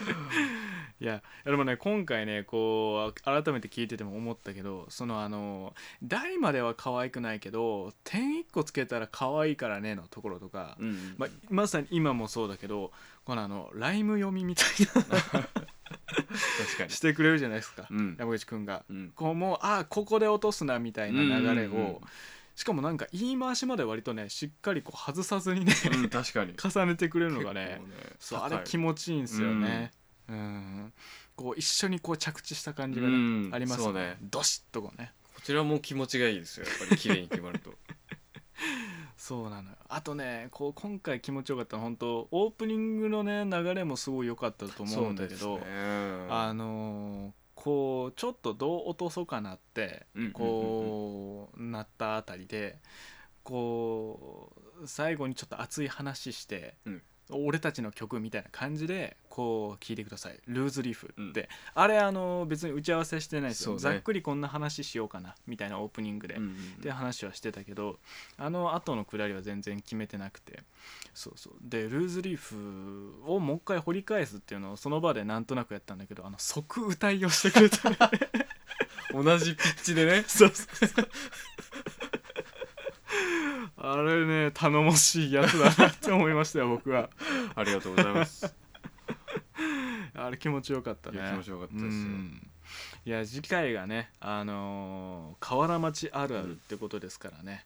Speaker 2: いやいやでもね今回ねこう改めて聞いてても思ったけどそのあの「大までは可愛くないけど点一個つけたら可愛いからね」のところとか、
Speaker 8: うん
Speaker 2: ままさに今もそうだけどこのあのライム読みみたい
Speaker 8: 確か
Speaker 2: なしてくれるじゃないですか、
Speaker 8: にうん、
Speaker 2: 山口くんが。
Speaker 8: うん、
Speaker 2: こうもうあーここで落とすなみたいな流れを、
Speaker 8: うんうんうん
Speaker 2: しかもなんか言い回しまで割とねしっかりこう外さずにね
Speaker 8: うん確かに
Speaker 2: 重ねてくれるのがね
Speaker 8: 結構
Speaker 2: そうあ
Speaker 8: 高い
Speaker 2: れ気持ちいいんですよね。うんこう一緒にこう着地した感じが、ね
Speaker 8: うん
Speaker 2: あります
Speaker 8: そう
Speaker 2: ね
Speaker 8: ね
Speaker 2: どしっとこうね
Speaker 8: こちらも気持ちがいいですよやっぱり綺麗に決まると
Speaker 2: そうなのよあとねこう今回気持ちよかったのは本当オープニングのね流れもすごい良かったと思うんだけ
Speaker 8: そう
Speaker 2: ど、
Speaker 8: ですね
Speaker 2: あのーこうちょっとどう落とそうかなって
Speaker 8: うんうんうんうん
Speaker 2: こうなったあたりでこう最後にちょっと熱い話して、
Speaker 8: うん
Speaker 2: 俺たちの曲みたいな感じでこう聞いてください「ルーズリーフ」って、あれあのー別に打ち合わせしてないですよ、
Speaker 8: そう
Speaker 2: ざ
Speaker 8: ね
Speaker 2: っくりこんな話しようかなみたいなオープニングで、
Speaker 8: うんうん
Speaker 2: って話はしてたけどあの後のくだりは全然決めてなくてそうそうでルーズリーフをもう一回掘り返すっていうのをその場でなんとなくやったんだけどあの即歌いをしてくれた
Speaker 8: うん同じピッチでね
Speaker 2: そうそうそうあれね頼もしいやつだなって思いましたよ僕 [LAUGHS] は
Speaker 8: ありがとうござい
Speaker 2: [LAUGHS]
Speaker 8: ます
Speaker 2: あれ気持ちよかったね
Speaker 8: いや気持ちよかったですよ
Speaker 2: うんいや次回がねあのー河原町あるあるってことですからね、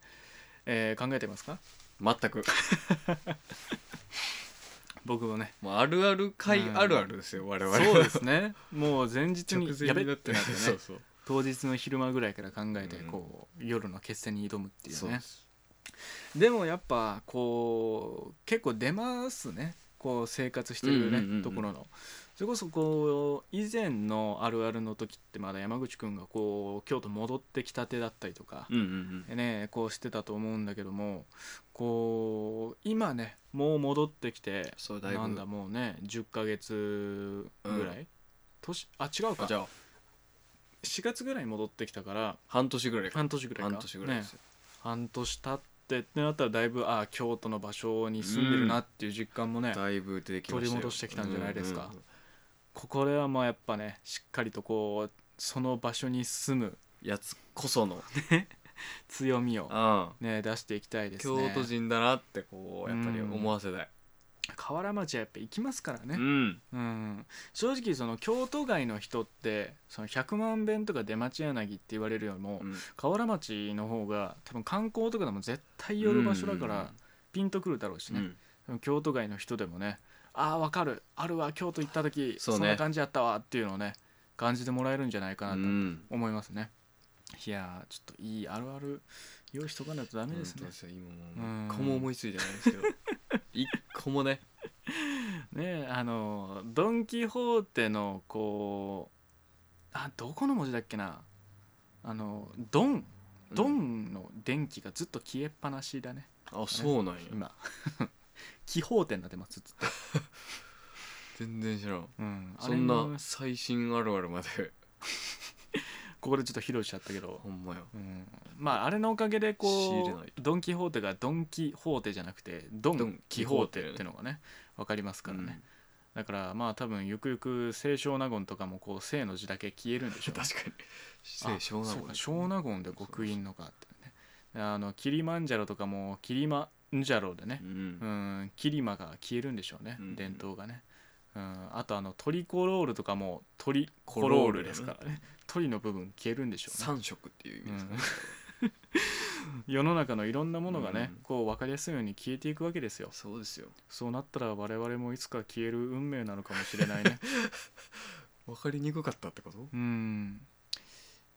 Speaker 2: えー考えてますか
Speaker 8: 全く
Speaker 2: 僕もね
Speaker 8: もうあるある会あるあるですよ、我々
Speaker 2: そうですねもう前日
Speaker 8: [LAUGHS] 直
Speaker 2: に
Speaker 8: 前
Speaker 2: やべ
Speaker 8: に
Speaker 2: っ
Speaker 8: なってて
Speaker 2: な
Speaker 8: な
Speaker 2: っ
Speaker 8: ってて
Speaker 2: ね
Speaker 8: ね [LAUGHS] そうそう
Speaker 2: 当日の昼間ぐらいから考えて
Speaker 8: うん
Speaker 2: こう、夜の決戦に挑むっていう
Speaker 8: そう
Speaker 2: ね
Speaker 8: です
Speaker 2: でもやっぱこう結構出ますねこう生活してるね、
Speaker 8: うんうんうんうん
Speaker 2: ところのそれこそこう以前のあるあるの時ってまだ山口くんがこう京都戻ってきたてだったりとか、
Speaker 8: うんうん
Speaker 2: ねこうしてたと思うんだけどもこう今ねもう戻ってきて
Speaker 8: そうだいぶ
Speaker 2: なんだもうね10ヶ月ぐらい、年あ違う
Speaker 8: うん
Speaker 2: か
Speaker 8: あじゃあ
Speaker 2: 4月ぐらいに戻ってきたから
Speaker 8: 半年ぐらいか
Speaker 2: 半年ぐらいか
Speaker 8: 半年ぐらいです
Speaker 2: ね
Speaker 8: よ、
Speaker 2: 半年経ってってなったらだいぶああ京都の場所に住んでるなっていう実感もね、
Speaker 8: だいぶ出てきましたよ
Speaker 2: 取り戻してきたんじゃないですか
Speaker 8: うんうんうん
Speaker 2: ここではまあやっぱねしっかりとこうその場所に住む
Speaker 8: やつこその、
Speaker 2: 強みを、
Speaker 8: うん
Speaker 2: ね、出していきたいです
Speaker 8: 京
Speaker 2: ね
Speaker 8: 都人だなってこうやっぱり
Speaker 2: うん
Speaker 8: 思わせたい
Speaker 2: 河原町はやっぱ行きますから
Speaker 8: う
Speaker 2: ね、
Speaker 8: ん
Speaker 2: うん、正直その京都外の人ってその100万遍とか出町柳って言われるよりも、
Speaker 8: うん
Speaker 2: 河原町の方が多分観光とかでも絶対寄る場所だから、ピンとくるだろうし
Speaker 8: うんう
Speaker 2: ね、
Speaker 8: ん
Speaker 2: 京都外の人でもねああわかるあるわ京都行った時
Speaker 8: そ
Speaker 2: そ,、
Speaker 8: うね
Speaker 2: んな感じやったわっていうのをね感じてもらえるんじゃないかなと
Speaker 8: うん
Speaker 2: 思いますね、いやーちょっといいあるある用意しとかないとダメですね
Speaker 8: 本当。よ今
Speaker 2: うん
Speaker 8: もう一個も思いついてないんですけど一個もね
Speaker 2: ねえあのドン・キホーテのこうあどこの文字だっけなあのドンドンの電気がずっと消えっぱなしだね
Speaker 8: あそうなんや
Speaker 2: 今 [LAUGHS] キホーテになってますずっと、
Speaker 8: 全然知らん
Speaker 2: うん、
Speaker 8: そん
Speaker 2: あれ
Speaker 8: な
Speaker 2: も
Speaker 8: 最新あるあるまで [LAUGHS]
Speaker 2: ここでちょっと披露しちゃったけど
Speaker 8: ほ、んまよ
Speaker 2: うん、まああれのおかげで
Speaker 8: 仕入
Speaker 2: こ
Speaker 8: れないう
Speaker 2: ドン・キホーテがドン・キホーテじゃなくてド
Speaker 8: ド
Speaker 2: ン
Speaker 8: ン・
Speaker 2: キ
Speaker 8: キ
Speaker 2: ホ
Speaker 8: ホ
Speaker 2: ー
Speaker 8: ー
Speaker 2: テ
Speaker 8: テ
Speaker 2: ってのがね分かりますからね、だからまあ多分ゆくゆく清少納言とかもこう清の字だけ消えるんでしょうね
Speaker 8: [LAUGHS] 確かに
Speaker 2: あ
Speaker 8: 聖湘南
Speaker 2: そう
Speaker 8: 号
Speaker 2: か湘南ゴンで極印のかってねあのキリマンジャロとかもキリマンジャロでね
Speaker 8: う
Speaker 2: うん
Speaker 8: ん
Speaker 2: キリマが消えるんでしょうね、
Speaker 8: うん
Speaker 2: 伝統がねうんあとあのトリコロールとかもトリコロールですからね鳥の部分消えるんでしょうね
Speaker 8: 三色っていう意味ですかね
Speaker 2: 世の中のいろんな [LAUGHS] ものがね、
Speaker 8: うん
Speaker 2: こう分かりやすいように消えていくわけですよ
Speaker 8: そうですよ
Speaker 2: そうなったら我々もいつか消える運命なのかもしれないね
Speaker 8: わかりにくかったってこと
Speaker 2: うん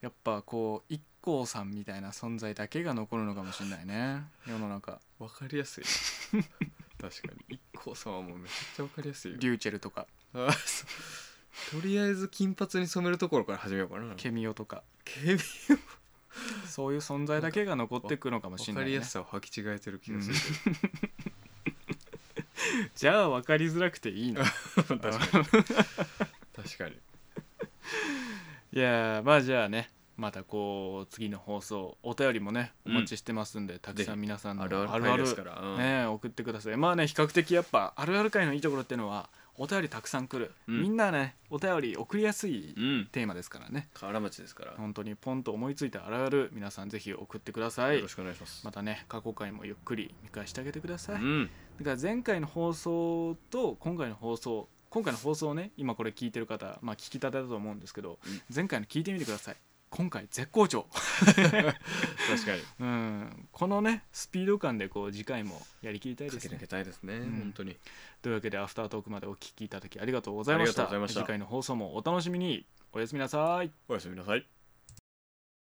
Speaker 2: やっぱこう一 k さんみたいな存在だけが残るのかもしれないね世の中
Speaker 8: わかり
Speaker 2: [LAUGHS]
Speaker 8: やすい確かに IKKO さんはもうめちゃくちゃわかりやすいよ
Speaker 2: リューチェルとか
Speaker 8: あそうとりあえず金髪に染めるところから始めようかな
Speaker 2: ケミオとか
Speaker 8: ケビ
Speaker 2: そういう存在だけが残ってくのかもしれ
Speaker 8: わ
Speaker 2: な
Speaker 8: か
Speaker 2: い、
Speaker 8: り
Speaker 2: ね
Speaker 8: や、すさを履き違えてる気がする
Speaker 2: じゃあ分かりづらくていいの
Speaker 8: けど確かに確かに
Speaker 2: いやーまあじゃあねまたこう次の放送お便りもねお待ちしてますんで、たくさん皆さんの
Speaker 8: あ
Speaker 2: あ
Speaker 8: る
Speaker 2: る
Speaker 8: あ
Speaker 2: あ
Speaker 8: る
Speaker 2: る
Speaker 8: 回ですからうん
Speaker 2: ね送ってくださいまあね比較的やっぱあるある回のいいところっていうのはお便りたくさん来る、
Speaker 8: うん
Speaker 2: みんなねお便り送りやすい
Speaker 8: うん
Speaker 2: テーマですからね
Speaker 8: 河原町ですから
Speaker 2: 本当にポンと思いついたあるある皆さんぜひ送ってくださ
Speaker 8: よ
Speaker 2: い
Speaker 8: ろしくお願いします
Speaker 2: またね過去回もゆっくり見返してあげてください、
Speaker 8: うん
Speaker 2: だから前回の放送と今回の放送今回の放送をね今これ聞いてる方まあ聞きたてだと思うんですけど、
Speaker 8: うん
Speaker 2: 前回の聞いてみてください今回絶好調
Speaker 8: 確かに
Speaker 2: うんこのねスピード感でこう次回もやりきりたいです
Speaker 8: 駆け抜
Speaker 2: ね
Speaker 8: けたいですね、
Speaker 2: ん
Speaker 8: 本当に
Speaker 2: というわけでアフタートークまでお聞きいただきありがとうございました
Speaker 8: ありがとうございました
Speaker 2: 次回の放送もお楽しみにおやすみなさい
Speaker 8: おやすみなさい